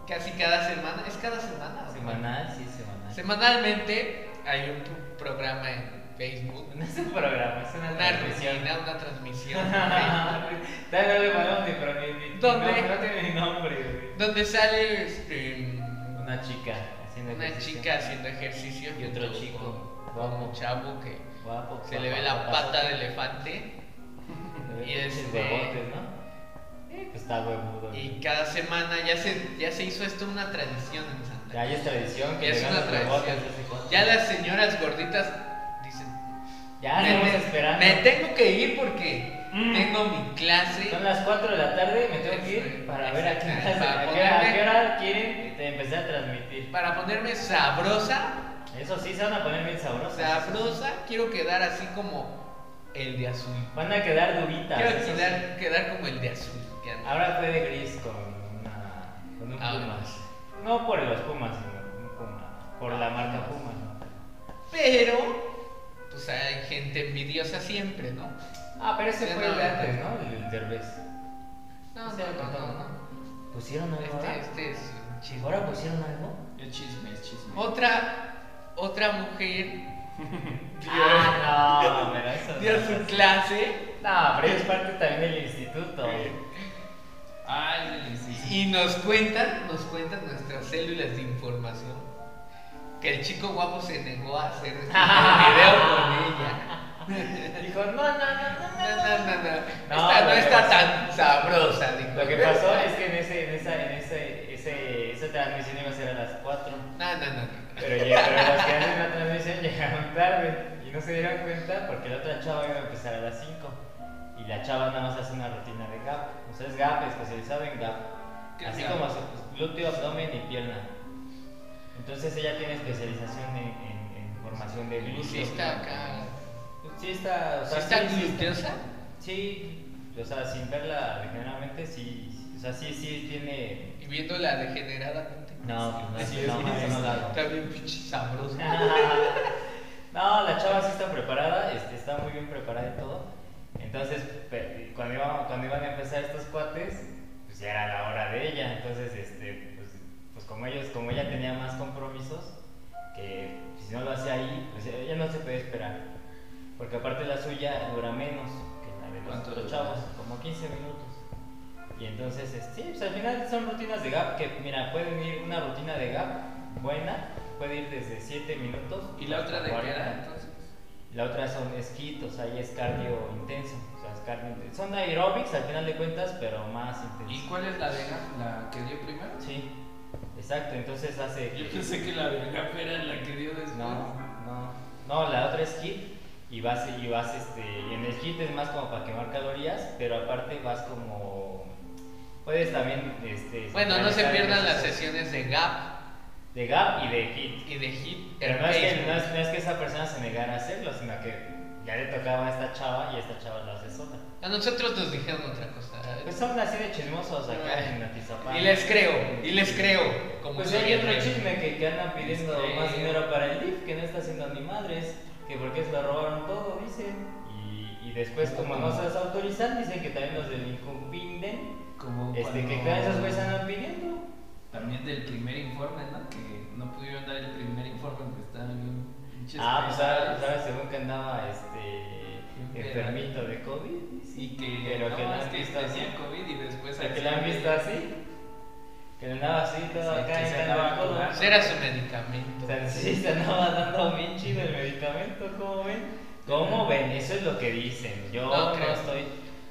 Speaker 3: casi cada semana, es cada semana. o no?
Speaker 4: Semanal, sí, semanal.
Speaker 3: Semanalmente hay un pro- programa en Facebook.
Speaker 4: (laughs) No es un programa, es una
Speaker 3: Una
Speaker 4: transmisión.
Speaker 3: rutina, una transmisión. (laughs) en Facebook.
Speaker 4: Dale, dale, ponemos ni pro- ni- ni- ni
Speaker 3: ¿Dónde?
Speaker 4: nombre, No tiene ni nombre, güey.
Speaker 3: Donde sale este,
Speaker 4: Una chica haciendo
Speaker 3: una
Speaker 4: ejercicio.
Speaker 3: chica haciendo ejercicio
Speaker 4: Y otro
Speaker 3: junto
Speaker 4: chico,
Speaker 3: con- con
Speaker 4: guapo.
Speaker 3: un chavo que
Speaker 4: Guapo,
Speaker 3: se le ve la pata de elefante
Speaker 4: Y
Speaker 3: y
Speaker 4: es
Speaker 3: este-
Speaker 4: huevotes, ¿no? Eh, pues Está huevudo.
Speaker 3: y
Speaker 4: güey.
Speaker 3: cada semana ya se, ya se hizo esto una tradición en
Speaker 4: Ya
Speaker 3: Santa
Speaker 4: ya es tradición que
Speaker 3: Ya es
Speaker 4: llegan
Speaker 3: una
Speaker 4: los huevotes
Speaker 3: tradición.
Speaker 4: hace cuánto.
Speaker 3: Ya las señoras gorditas dicen,
Speaker 4: Ya
Speaker 3: me,
Speaker 4: estamos
Speaker 3: te-
Speaker 4: esperando.
Speaker 3: me tengo que ir porque
Speaker 4: Mm.
Speaker 3: tengo mi clase.
Speaker 4: Son las 4 de la tarde, me tengo que ir para ver a qué
Speaker 3: (laughs)
Speaker 4: hora,
Speaker 3: Este, Para
Speaker 4: a qué hora- a qué
Speaker 3: ponerme-
Speaker 4: hora quieren te empezar a transmitir.
Speaker 3: Para ponerme sabrosa,
Speaker 4: Eso sí, se van a poner bien sabrosos.
Speaker 3: sabrosa, quiero quedar así como el de azul.
Speaker 4: Van a quedar duritas.
Speaker 3: Quiero
Speaker 4: esas-
Speaker 3: quedar, quedar como el de azul. que anda.
Speaker 4: Ahora fue de gris con una. con un
Speaker 3: Ah,
Speaker 4: Pumas. No por los Pumas, sino un Puma. Por
Speaker 3: Ah,
Speaker 4: la marca Puma, ¿no?
Speaker 3: Pero, pues hay gente envidiosa siempre, ¿no?
Speaker 4: Ah, pero ese
Speaker 3: Sí,
Speaker 4: fue
Speaker 3: no,
Speaker 4: el de
Speaker 3: no.
Speaker 4: antes, ¿no? El del Derbez.
Speaker 3: No,
Speaker 4: Ese
Speaker 3: no,
Speaker 4: era
Speaker 3: no,
Speaker 4: contado,
Speaker 3: no, no.
Speaker 4: ¿Pusieron algo ahora?
Speaker 3: Este, este es un chisme.
Speaker 4: ¿Ahora pusieron algo?
Speaker 3: (laughs)
Speaker 1: Es chisme, es chisme.
Speaker 3: Otra, otra (laughs) mujer dio,
Speaker 4: Ah, no, pero eso.
Speaker 3: dio
Speaker 4: no.
Speaker 3: su clase
Speaker 4: No, pero es parte también del instituto.
Speaker 1: Ay, Ah, sí, sí.
Speaker 3: y nos cuentan, nos cuentan nuestras células de información que el chico guapo se negó a hacer este (laughs) video con ella.
Speaker 4: Ah, Dijo, no, no, no, no,
Speaker 3: No, no, no, no.
Speaker 4: No,
Speaker 3: Esta no
Speaker 4: lo que
Speaker 3: está
Speaker 4: pasó-
Speaker 3: tan sabrosa, dijo.
Speaker 4: Lo que pasó es que en, ese, en, esa, en ese, ese, esa transmisión iba a ser a las 4.
Speaker 3: No, no, no, no.
Speaker 4: Pero, lle- pero los que hacen la transmisión llegaron tarde y no se dieron cuenta porque la otra chava iba a empezar a las 5. Y la chava nada más hace una rutina de gap. O sea, es gap, especializado en gap.
Speaker 1: ¿Qué
Speaker 4: Así
Speaker 1: gap?
Speaker 4: como su pues, glúteo, abdomen y pierna. Entonces ella tiene especialización en, en- en formación de glúteo.
Speaker 3: Sí está acá.
Speaker 4: Sí está, o
Speaker 3: ¿Sí
Speaker 4: sea,
Speaker 3: está
Speaker 4: sí, sí está-
Speaker 3: glutiosa?
Speaker 4: Sí, o sea, sin verla generalmente sí, o sea, sí, sí tiene...
Speaker 3: Y viéndola degeneradamente.
Speaker 4: No, no,
Speaker 1: Así
Speaker 4: sí, no,
Speaker 1: es,
Speaker 4: no,
Speaker 1: sí,
Speaker 4: no,
Speaker 1: sí.
Speaker 4: no, no.
Speaker 3: Está bien pinche sabrosa.
Speaker 4: (laughs) No, la chava sí está preparada, este, está muy bien preparada y todo. Entonces, pe- cuando, iba- cuando iban a empezar estos cuates, pues ya era la hora de ella. Entonces, este, pues, pues como, ellos, como ella tenía más compromisos, que si no lo hacía ahí, pues ella no se puede esperar. Porque aparte la suya dura menos que la de los
Speaker 1: ¿Cuánto
Speaker 4: otros
Speaker 1: dura?
Speaker 4: chavos, como 15 minutos. Y entonces, este, sí, pues al final son rutinas de gap que, mira, pueden ir una rutina de gap buena, puede ir desde 7 minutos.
Speaker 1: ¿Y la otra de qué
Speaker 4: 40.
Speaker 1: era entonces?
Speaker 4: La otra son esquitos, ahí es cardio intenso. O sea, es cardio intenso. Son aeróbics al final de cuentas, pero más
Speaker 1: ¿Y
Speaker 4: intenso.
Speaker 1: cuál es la de Gap? la que dio primero?
Speaker 4: Sí, exacto. Entonces hace.
Speaker 1: Yo pensé que la de Gap era la que dio después.
Speaker 4: No, no. No, la otra es hit y vas, y vas este, y en el hit es más como para quemar calorías, pero aparte vas como puedes también este
Speaker 3: Bueno, no se
Speaker 4: centralizar
Speaker 3: pierdan las
Speaker 4: ejercicios
Speaker 3: sesiones de Gap
Speaker 4: de gap y de hit.
Speaker 3: y de Hit.
Speaker 4: Pero
Speaker 3: en
Speaker 4: no es, que,
Speaker 3: Facebook.
Speaker 4: no es- no es que esa persona se negara a hacerlo, sino que ya le tocaba a esta chava y esta chava lo hace sola.
Speaker 3: A nosotros nos dijeron otra cosa.
Speaker 4: Pues son así de chismosos acá en Atizapán.
Speaker 3: Y les creo, y les creo. Como
Speaker 4: Pues
Speaker 3: soy
Speaker 4: hay
Speaker 3: el
Speaker 4: otro
Speaker 3: rey.
Speaker 4: chisme que, que andan pidiendo
Speaker 3: Este-
Speaker 4: más dinero para el DIF, que no está haciendo ni madres, que porque se lo robaron todo, dicen. Y, y después, como no se las autorizan, dicen que también los del Incumbiden,
Speaker 1: Como
Speaker 4: este, que
Speaker 1: cuando-
Speaker 4: cada esos güeyes andan pidiendo.
Speaker 1: También del primer informe, ¿no? Que no pudieron dar el primer informe porque estaban bien pinches
Speaker 4: Ah, pues
Speaker 1: pesados.
Speaker 4: sabes, sabes, según que andaba este enfermito de COVID.
Speaker 1: Y que,
Speaker 4: pero
Speaker 1: no,
Speaker 4: que lo
Speaker 1: es
Speaker 4: han
Speaker 1: que
Speaker 4: visto así.
Speaker 1: tenía COVID y después
Speaker 4: Que la han visto así. Que le andaba así, todo
Speaker 1: Sí,
Speaker 4: acá
Speaker 1: que se
Speaker 4: en la
Speaker 1: andaba
Speaker 4: cola.
Speaker 3: Pues Era su medicamento.
Speaker 4: O sea, (laughs) sí, se andaba dando bien chido el medicamento, ¿cómo ven? ¿Cómo ven? Eso es lo que dicen. Yo
Speaker 3: No
Speaker 4: no,
Speaker 3: creo.
Speaker 4: estoy.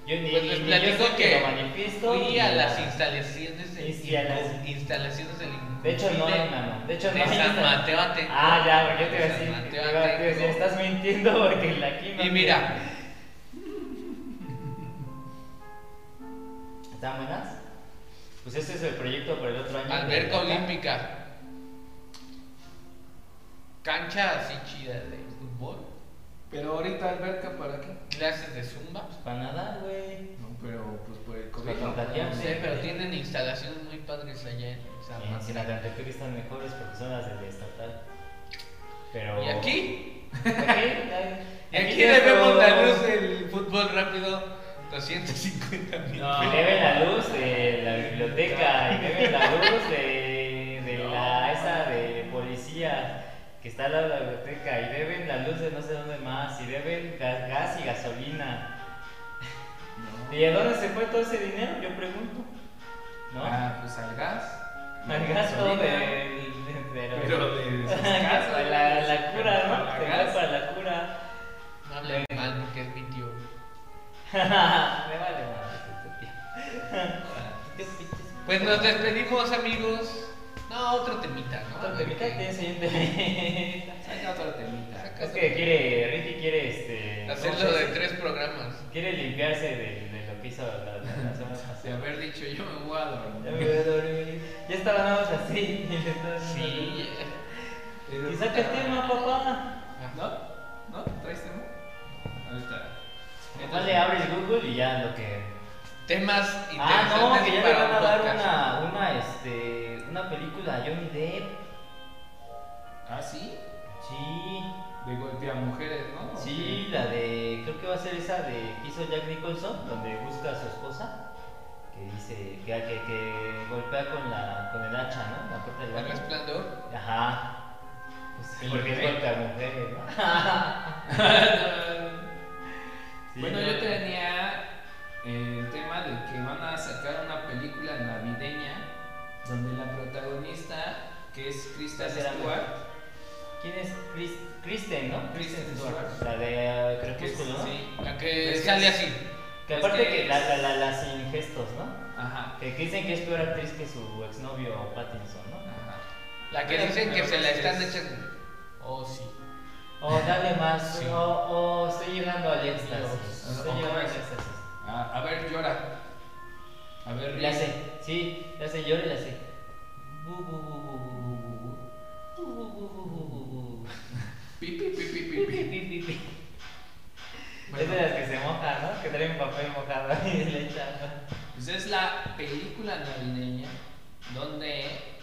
Speaker 4: Yo ni,
Speaker 3: Pues
Speaker 4: ni
Speaker 3: les
Speaker 4: yo
Speaker 3: platico
Speaker 4: soy
Speaker 3: que
Speaker 4: quien lo manifiesto.
Speaker 3: Fui
Speaker 4: ni
Speaker 3: a
Speaker 4: nada.
Speaker 3: las instalaciones del
Speaker 4: Instala-
Speaker 3: instalaciones del
Speaker 4: De hecho, no,
Speaker 3: Inconfide
Speaker 4: hermano. De hecho, no.
Speaker 3: de
Speaker 4: hay
Speaker 3: San
Speaker 4: esta-
Speaker 3: Mateo Atenco.
Speaker 4: Ah, ya, porque yo te iba a
Speaker 3: De San
Speaker 4: decir.
Speaker 3: Mateo
Speaker 4: te iba a decir,
Speaker 3: Atenco.
Speaker 4: estás mintiendo porque la aquí no
Speaker 3: Y
Speaker 4: tiene-
Speaker 3: mira,
Speaker 4: ¿Están buenas? Pues este es el proyecto para el otro año.
Speaker 3: alberca
Speaker 4: de-
Speaker 3: olímpica. Cancha así chida de fútbol.
Speaker 1: Pero ahorita alberca para qué?
Speaker 3: Clases de zumba.
Speaker 4: Para nada, güey.
Speaker 1: No, pero pues por el COVID.
Speaker 4: Para
Speaker 3: No
Speaker 4: contagiarse.
Speaker 3: sé, pero tienen instalaciones muy padres allá en San
Speaker 4: En
Speaker 3: Mateo.
Speaker 4: Sinacantepec están mejores porque son las del estatal. Pero... (laughs)
Speaker 3: Y aquí,
Speaker 4: Aquí, ahí-
Speaker 3: y aquí
Speaker 4: tienes
Speaker 3: debemos
Speaker 4: todo.
Speaker 3: la luz del fútbol rápido 250 mil
Speaker 4: No, eh. debe la luz de la biblioteca y debe la luz de, de la esa de policía que está al lado de la biblioteca y deben la luz de no sé dónde más y deben ga- gas y gasolina.
Speaker 1: No.
Speaker 4: ¿Y a dónde se fue todo ese dinero? Yo pregunto. ¿No?
Speaker 1: Ah, pues al gas.
Speaker 4: Al gasto
Speaker 1: Gasolina.
Speaker 4: de, de, de-
Speaker 1: Pero
Speaker 4: (laughs)
Speaker 1: de sus
Speaker 4: Para
Speaker 1: casas.
Speaker 4: la, la cura,
Speaker 1: Para
Speaker 4: ¿no?
Speaker 1: la
Speaker 4: Se fue
Speaker 1: gas.
Speaker 4: para la cura. (laughs)
Speaker 3: No hablen mal porque es mi tío.
Speaker 4: Me vale madre este tío.
Speaker 3: Pues nos despedimos, amigos. No, otro temita, ¿no? A
Speaker 4: Otro
Speaker 3: ver
Speaker 4: temita,
Speaker 3: qué-
Speaker 4: tienes ahí un temita.
Speaker 1: Saca otro temita.
Speaker 3: Saca
Speaker 4: Es que quiere, Ricky quiere este.
Speaker 3: Hacerlo
Speaker 4: ¿cómo se
Speaker 3: de
Speaker 4: dice?
Speaker 3: tres programas.
Speaker 4: Quiere limpiarse de, de lo que hizo la, la,
Speaker 3: (laughs)
Speaker 4: la semana
Speaker 1: De
Speaker 4: pasada.
Speaker 1: haber dicho yo me voy a
Speaker 4: Ya
Speaker 1: dormir.
Speaker 4: me voy a dormir. Ya estaba nada más así. (laughs) y le estaba haciendo-
Speaker 3: Sí.
Speaker 1: Pero-
Speaker 4: Y saca el tema, papá.
Speaker 1: ¿No? ¿No? ¿Traes tema? Ahorita.
Speaker 4: Nomás le abres Google y ya lo que.
Speaker 3: Temas
Speaker 4: Ah,
Speaker 3: interesantes
Speaker 4: no, que ya le
Speaker 3: para
Speaker 4: van a
Speaker 3: un
Speaker 4: dar
Speaker 3: podcast.
Speaker 4: una, una, este, una película a Johnny Depp.
Speaker 1: Ah, sí.
Speaker 4: Sí,
Speaker 1: De golpe a mujeres, ¿no?
Speaker 4: sí, la de. Creo que va a ser esa de que hizo Jack Nicholson, donde busca a su esposa. Que dice. Que, que, que golpea con, la, con el hacha, ¿no? La puerta del
Speaker 3: El
Speaker 4: baño.
Speaker 3: resplandor.
Speaker 4: Ajá. Pues,
Speaker 3: El
Speaker 4: porque
Speaker 1: (laughs)
Speaker 3: rey.
Speaker 4: es golpe a mujeres, ¿no? Sí,
Speaker 1: bueno,
Speaker 4: no.
Speaker 1: yo tenía el tema de que van a sacar una película navideña donde la protagonista, que es Kristen
Speaker 4: Será
Speaker 1: Stewart,
Speaker 4: ¿Quién es Chris, Kristen, no?
Speaker 1: Kristen Stewart.
Speaker 4: La de eh,
Speaker 1: que es,
Speaker 4: Crepúsculo, ¿no?
Speaker 1: sí,
Speaker 3: La que
Speaker 1: Es que
Speaker 3: sale
Speaker 1: es-
Speaker 3: así.
Speaker 4: Que
Speaker 1: Es
Speaker 4: aparte
Speaker 1: que
Speaker 4: que
Speaker 1: es-
Speaker 4: la, la, la, la sin gestos, ¿no?
Speaker 1: ajá,
Speaker 4: Que dicen que es peor actriz que su exnovio Pattinson, ¿no?
Speaker 1: ajá.
Speaker 3: La que
Speaker 1: Pero-
Speaker 3: dicen que
Speaker 1: pero
Speaker 3: se la
Speaker 1: es-
Speaker 3: están echando. Oh, sí.
Speaker 4: O dale más,
Speaker 3: Sí.
Speaker 4: o, o estoy llegando al éxtasis.
Speaker 1: Dios.
Speaker 4: Estoy
Speaker 1: O
Speaker 4: llegando
Speaker 1: como
Speaker 4: al
Speaker 1: es.
Speaker 4: éxtasis.
Speaker 1: A, a ver, llora. A ver,
Speaker 4: Ya
Speaker 1: ríe.
Speaker 4: sé, sí, ya sé, yo ya sé. Bu, bu, bu, bu, bu, bu, bu, bu. Bu, bu, bu, bu, bu, bu, bu.
Speaker 1: (laughs) Pi, pi, pi, pi,
Speaker 4: Pi,
Speaker 1: pi, pi.
Speaker 4: pi, pi, pi, (laughs) pi. Es
Speaker 1: Bueno,
Speaker 4: de las que se moja, ¿no? Que traen papel mojado y (laughs) le echan. ¿no?
Speaker 1: pues es la película navideña donde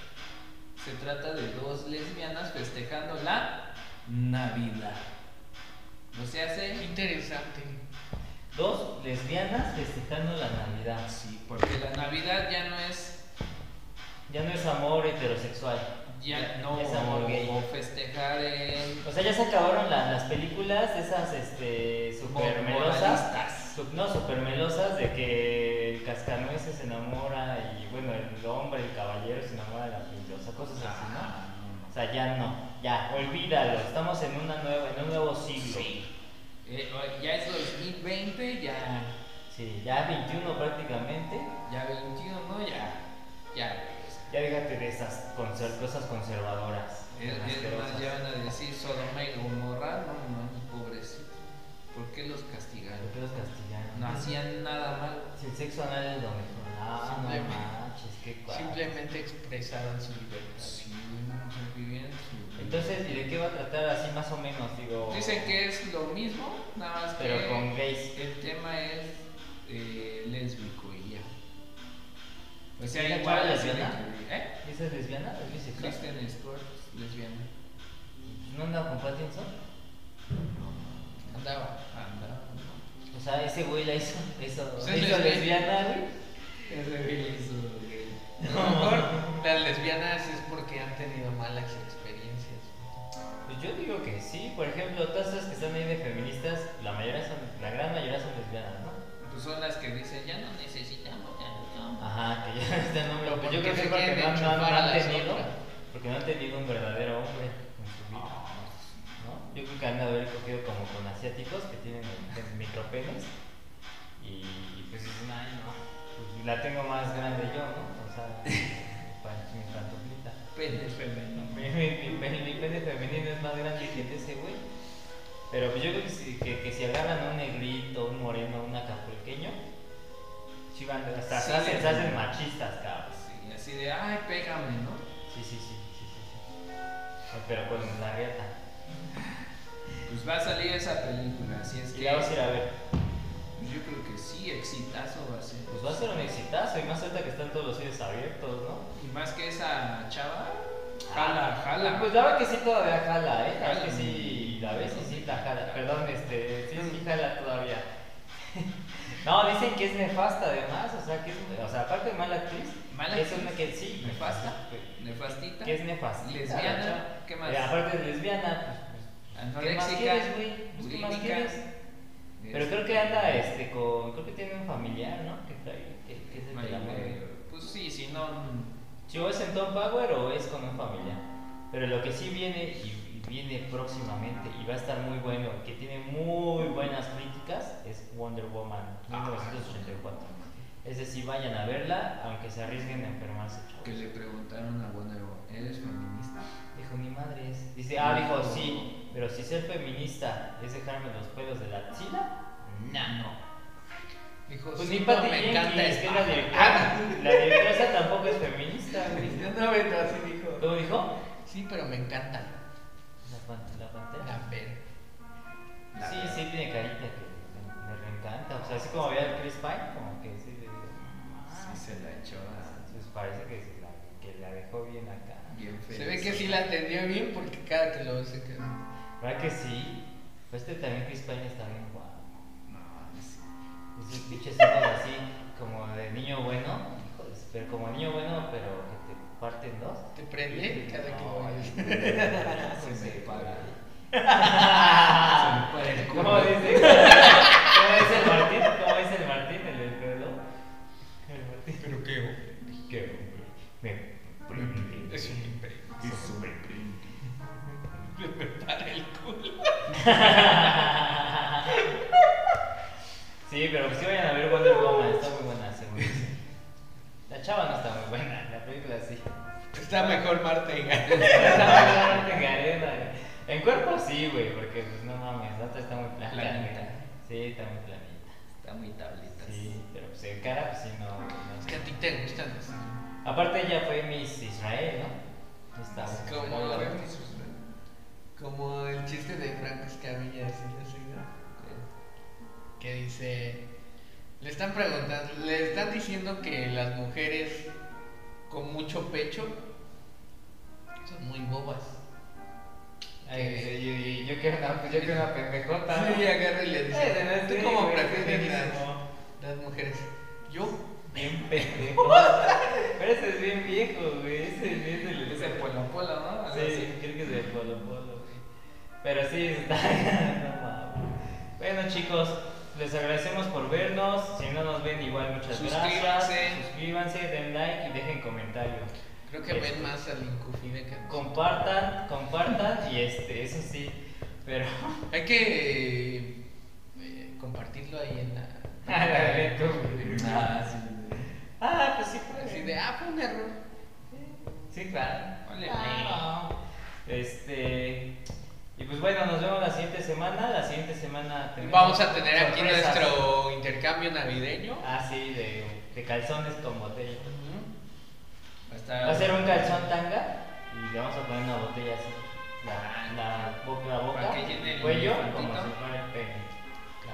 Speaker 1: se trata de dos lesbianas festejando la Navidad. ¿No se hace?
Speaker 3: Qué interesante.
Speaker 4: Dos lesbianas festejando la Navidad.
Speaker 1: Sí, porque la Navidad ya no es
Speaker 4: Ya no es amor heterosexual.
Speaker 1: ya no
Speaker 4: es amor gay.
Speaker 1: o festejar en
Speaker 4: O sea, ya se acabaron la- las películas esas este super melosas.
Speaker 1: moralistas.
Speaker 4: su- no, super melosas de que el cascanueces se enamora y bueno, el hombre, el caballero se enamora de la princesa, cosas así, ¿no?
Speaker 1: Ah, no,
Speaker 4: O
Speaker 1: no.
Speaker 4: sea, ya no, ya, olvídalo, estamos en una nueva, en un nuevo siglo.
Speaker 1: Sí. Eh, o- ya es 2020, ya
Speaker 4: Sí, ya 21 prácticamente.
Speaker 1: ya 21, ¿no? Ya ya pues,
Speaker 4: Ya déjate de esas conser- cosas conservadoras.
Speaker 1: Es, es
Speaker 4: asquerosas.
Speaker 1: más, ya van a decir Sodoma y Gomorra, no mames, pobrecitos. ¿Por qué los castigaron?
Speaker 4: ¿Por qué los castigaron?
Speaker 1: No hacían nada mal.
Speaker 4: Si el sexo anal es lo mejor. Ah, no
Speaker 3: Simplemente.
Speaker 4: manches, qué cuadro.
Speaker 3: Simplemente expresaron su libertad.
Speaker 1: Sí, o sea, vivían su-
Speaker 4: Entonces, ¿y de qué va a tratar así más o menos? Digo.
Speaker 1: Dicen que es lo mismo, nada más que
Speaker 4: Pero con gays.
Speaker 1: el tema es eh, lésbico y ya. O
Speaker 4: ¿Y la
Speaker 1: sea,
Speaker 4: chava
Speaker 1: igual así de
Speaker 4: lesbiana?
Speaker 1: que- ¿Eh?
Speaker 4: ¿Esa es lesbiana? ¿Es bisexual?
Speaker 1: Kristen Stewart es lesbiana.
Speaker 4: ¿No anda con Pattinson?
Speaker 1: Andaba, andaba.
Speaker 4: O sea, ese güey la hizo, hizo,
Speaker 3: Pues
Speaker 4: la
Speaker 3: es
Speaker 4: hizo
Speaker 3: lesbiana.
Speaker 4: lesbiana, güey.
Speaker 1: Ese güey hizo gay.
Speaker 3: A lo mejor las lesbianas es porque han tenido malas experiencias.
Speaker 4: Pues yo digo que sí. Por ejemplo, todas esas que están ahí de feministas, la mayoría son, la gran mayoría son lesbianas, ¿no?
Speaker 1: Pues son las que dicen, ya no necesitamos, ya no.
Speaker 4: Ajá, que ya (laughs) este nombre.
Speaker 3: Pero
Speaker 4: Pues yo
Speaker 3: ¿por qué
Speaker 4: creo que
Speaker 3: se
Speaker 4: es porque no, no-
Speaker 3: quieren
Speaker 4: no
Speaker 3: enchufar a
Speaker 4: han
Speaker 3: las
Speaker 4: tenido.
Speaker 3: otras? Ah,
Speaker 4: Porque no han tenido un verdadero hombre en su vida. ¿no? Yo creo que han de haber cogido como con asiáticos que tienen el- micropenes y pues dicen, ay no, pues la tengo más grande yo, ¿no? O
Speaker 3: (laughs)
Speaker 4: sea, pa- mi pantuflita.
Speaker 1: Pene femenino.
Speaker 4: Mi, mi, mi pene- mi pene femenino es más grande que el de ese güey. Pero pues yo creo que si, que, que si agarran a un negrito, un moreno, un acapulqueño, sí van, hasta
Speaker 1: Sí,
Speaker 4: se, hacen,
Speaker 1: le-
Speaker 4: se hacen machistas, cabrón.
Speaker 1: Sí, así de, ay, pégame, ¿no?
Speaker 4: Sí, sí, sí, sí, sí. sí. Pero con la riata.
Speaker 1: Pues va a salir esa película, así es
Speaker 4: Y
Speaker 1: que
Speaker 4: la vas a ir a ver.
Speaker 1: pues yo creo que sí, exitazo va a ser.
Speaker 4: Pues va a ser un exitazo y más ahorita que están todos los cines abiertos, ¿no?
Speaker 1: Y más que esa chava, jala, jala.
Speaker 4: Ah, Pues la verdad que sí todavía jala, ¿eh? La verdad que
Speaker 1: Jala.
Speaker 4: sí, la ves y sí la jala. Perdón, este, sí, sí jala todavía. (laughs) No, dicen que es nefasta además, o sea, que es, o sea, aparte de mala actriz,
Speaker 1: Mala
Speaker 4: es
Speaker 1: actriz,
Speaker 4: una que sí,
Speaker 1: nefasta, nefastita,
Speaker 4: que es nefasta.
Speaker 1: Lesbiana, ¿qué más?
Speaker 4: eh, aparte es lesbiana, pues, pues, ¿qué más
Speaker 1: Anoréxica,
Speaker 4: quieres, güey? Pues, ¿Qué más
Speaker 1: bulímica.
Speaker 4: quieres? pues, Pero creo que anda este con. Creo que tiene un familiar, ¿no? Que trae. Que, que es el que la mueve.
Speaker 1: Pues sí, si no,
Speaker 4: Si o es en Tom Power o es con un familiar. Pero lo que sí viene y, y viene próximamente y va a estar muy bueno, que tiene muy buenas críticas, es Wonder Woman 1984. Es decir, vayan a verla, aunque se arriesguen a enfermarse,
Speaker 1: que
Speaker 4: chavos.
Speaker 1: le preguntaron a Wonder Woman, ¿eres feminista?
Speaker 4: Dijo, mi madre es. Dice, ah, dijo, sí, pero si ser feminista es dejarme los pelos de la axila, nah, no.
Speaker 3: Dijo,
Speaker 4: Pues
Speaker 3: sí,
Speaker 4: ni
Speaker 3: no,
Speaker 4: Patty
Speaker 3: me encanta
Speaker 4: Jenkins, que es la
Speaker 3: esta.
Speaker 4: directora. La directora esa tampoco es feminista, güey.
Speaker 3: No, no, así dijo.
Speaker 4: ¿Cómo dijo?
Speaker 3: Sí, pero me encanta.
Speaker 4: La, pan- la pantera.
Speaker 3: La ver.
Speaker 4: Sí, sí, tiene carita que me- me reencanta. sea, así como veía el Chris Pine, como que sí le digo, "Ah,
Speaker 1: Sí, se la echó a-
Speaker 4: Pues parece que, sí la, que la dejó bien acá.
Speaker 1: bien feliz.
Speaker 3: Se ve que sí la atendió bien porque cada que lo ve se queda.
Speaker 4: ¿Verdad que sí? Pues este también Chris Pine está bien guapo.
Speaker 1: No, es-
Speaker 4: Es un pinche síndrome así, como de niño bueno, pues, pero como niño bueno, pero que te parten dos.
Speaker 3: Te prende cada que lo
Speaker 4: (laughs)
Speaker 3: ves.
Speaker 4: ves.
Speaker 1: Se me (laughs) para. Se me para el
Speaker 4: ¿Cómo
Speaker 1: culo.
Speaker 4: dice? ¿Cómo dice el Martín? ¿Cómo dice el Martín? El del pelo. El Martín.
Speaker 3: Pero qué,
Speaker 4: ¿Qué? Me prende.
Speaker 3: (laughs) es un imperio.
Speaker 4: Es un prende.
Speaker 3: Le prepara el culo.
Speaker 4: Sí, pero sí vayan a ver Wonder Woman, está muy buena, según dicen. La chava no está muy buena, la película sí. (laughs)
Speaker 3: Está mejor Martega.
Speaker 4: Está muy buena, Garena, güey. En cuerpo sí, güey, porque pues no mames, la otra está muy planita.
Speaker 1: Planita.
Speaker 4: güey. Sí, está muy planita.
Speaker 1: Está muy tablitas.
Speaker 4: Sí, pero pues en cara pues sí no. güey, no.
Speaker 3: Es que a ti te gustan los.
Speaker 4: Aparte ella fue Miss Israel, ¿no? Está
Speaker 3: Es
Speaker 4: muy
Speaker 3: como
Speaker 4: buena.
Speaker 3: la- Como el chiste de Franco Escamilla, ¿sí lo has oído? Que dice. Le están preguntando, le están diciendo que las mujeres con mucho pecho son muy bobas.
Speaker 4: Ay, dice, yo, yo, yo quiero una, yo quiero una pendejota. ¿no?
Speaker 3: Sí, agarra y le dice,
Speaker 4: Eh,
Speaker 3: ¿tú
Speaker 4: sí,
Speaker 3: cómo
Speaker 4: güey,
Speaker 3: prefieres las,
Speaker 4: buenísimo.
Speaker 3: las mujeres? Yo,
Speaker 4: Bien pendejo. (laughs) Pero ese es bien viejo, güey. Ese es bien del.
Speaker 1: Es el polo polo, ¿no? Algo
Speaker 4: Sí,
Speaker 1: así.
Speaker 4: creo que es del Polo Polo, güey. Pero sí, (laughs) está. no mames. Bueno, chicos, les agradecemos por vernos. Si no nos ven, igual muchas
Speaker 1: Suscríbanse.
Speaker 4: gracias. Suscríbanse, den like y dejen comentarios.
Speaker 3: creo que ven más al Incufide que a nosotros.
Speaker 4: Compartan, compartan y este, eso sí. Pero. (laughs)
Speaker 3: Hay que eh, compartirlo ahí
Speaker 4: (laughs)
Speaker 3: en la.
Speaker 4: A Ah, la de YouTube.
Speaker 1: Ah, sí.
Speaker 4: Ah, pues sí, pues.
Speaker 3: Así de, ah, fue un error.
Speaker 4: Sí, claro.
Speaker 1: Vale.
Speaker 4: Claro. Este. Y pues bueno, nos vemos la siguiente semana. La siguiente semana tenemos
Speaker 3: Vamos a tener aquí
Speaker 4: sorpresas.
Speaker 3: nuestro intercambio navideño.
Speaker 4: Ah, sí, de, de calzones con botella.
Speaker 3: Ujú.
Speaker 1: Va a estar-
Speaker 4: Va a ser un calzón tanga y le vamos a poner una botella así. La, la boca, la boca,
Speaker 1: Para que llene
Speaker 4: el
Speaker 1: el
Speaker 4: cuello,
Speaker 1: elefantito.
Speaker 4: como si fuera el pene.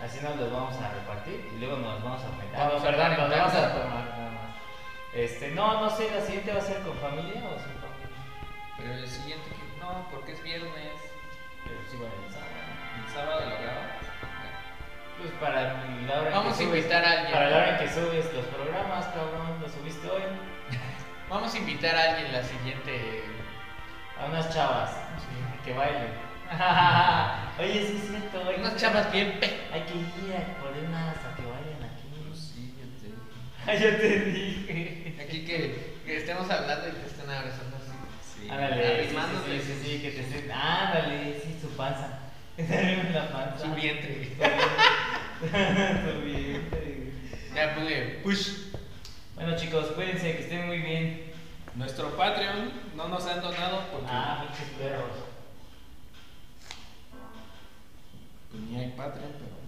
Speaker 4: Así nos los vamos a repartir y luego nos vamos a aumentar.
Speaker 3: Vamos
Speaker 4: no,
Speaker 3: a
Speaker 4: perdón,
Speaker 3: aumentar.
Speaker 4: nos vamos a tomar nada más. Este, no, no sé, la siguiente va a ser con familia o sin familia.
Speaker 1: Pero el siguiente que. No, porque es viernes.
Speaker 4: Pero sí, bueno, el sábado.
Speaker 1: El sábado lo grabamos.
Speaker 4: Pues para la hora en
Speaker 3: Vamos
Speaker 4: que
Speaker 3: a
Speaker 4: subes-
Speaker 3: invitar a alguien.
Speaker 4: Para la hora en que subes los programas, cabrón, los subiste hoy.
Speaker 3: Vamos a invitar a alguien la siguiente.
Speaker 4: A unas chavas que bailen. Oye, sí es cierto, hay
Speaker 3: Unas
Speaker 4: que-
Speaker 3: chamas bien pe.
Speaker 4: Hay que ir a por unas a que bailen
Speaker 1: (laughs)
Speaker 4: aquí.
Speaker 1: Pues Sí, yo te digo.
Speaker 4: Ah, ya te dije.
Speaker 3: Aquí que, que estemos hablando y te estén abrazando así.
Speaker 1: Sí.
Speaker 4: Ándale, sí,
Speaker 3: Arrimándote.
Speaker 4: sí, sí, sí, sí, que te estén. Ándale, sí, su panza. (laughs) Que te arrimen la panza. (laughs)
Speaker 3: Su vientre.
Speaker 4: Su vientre.
Speaker 3: Ya pude. Push.
Speaker 4: Bueno, chicos, cuídense, que estén muy bien.
Speaker 1: Nuestro Patreon no nos han donado porque
Speaker 4: Ah, muchos perros.
Speaker 1: pues, ni hay Patreon, pero.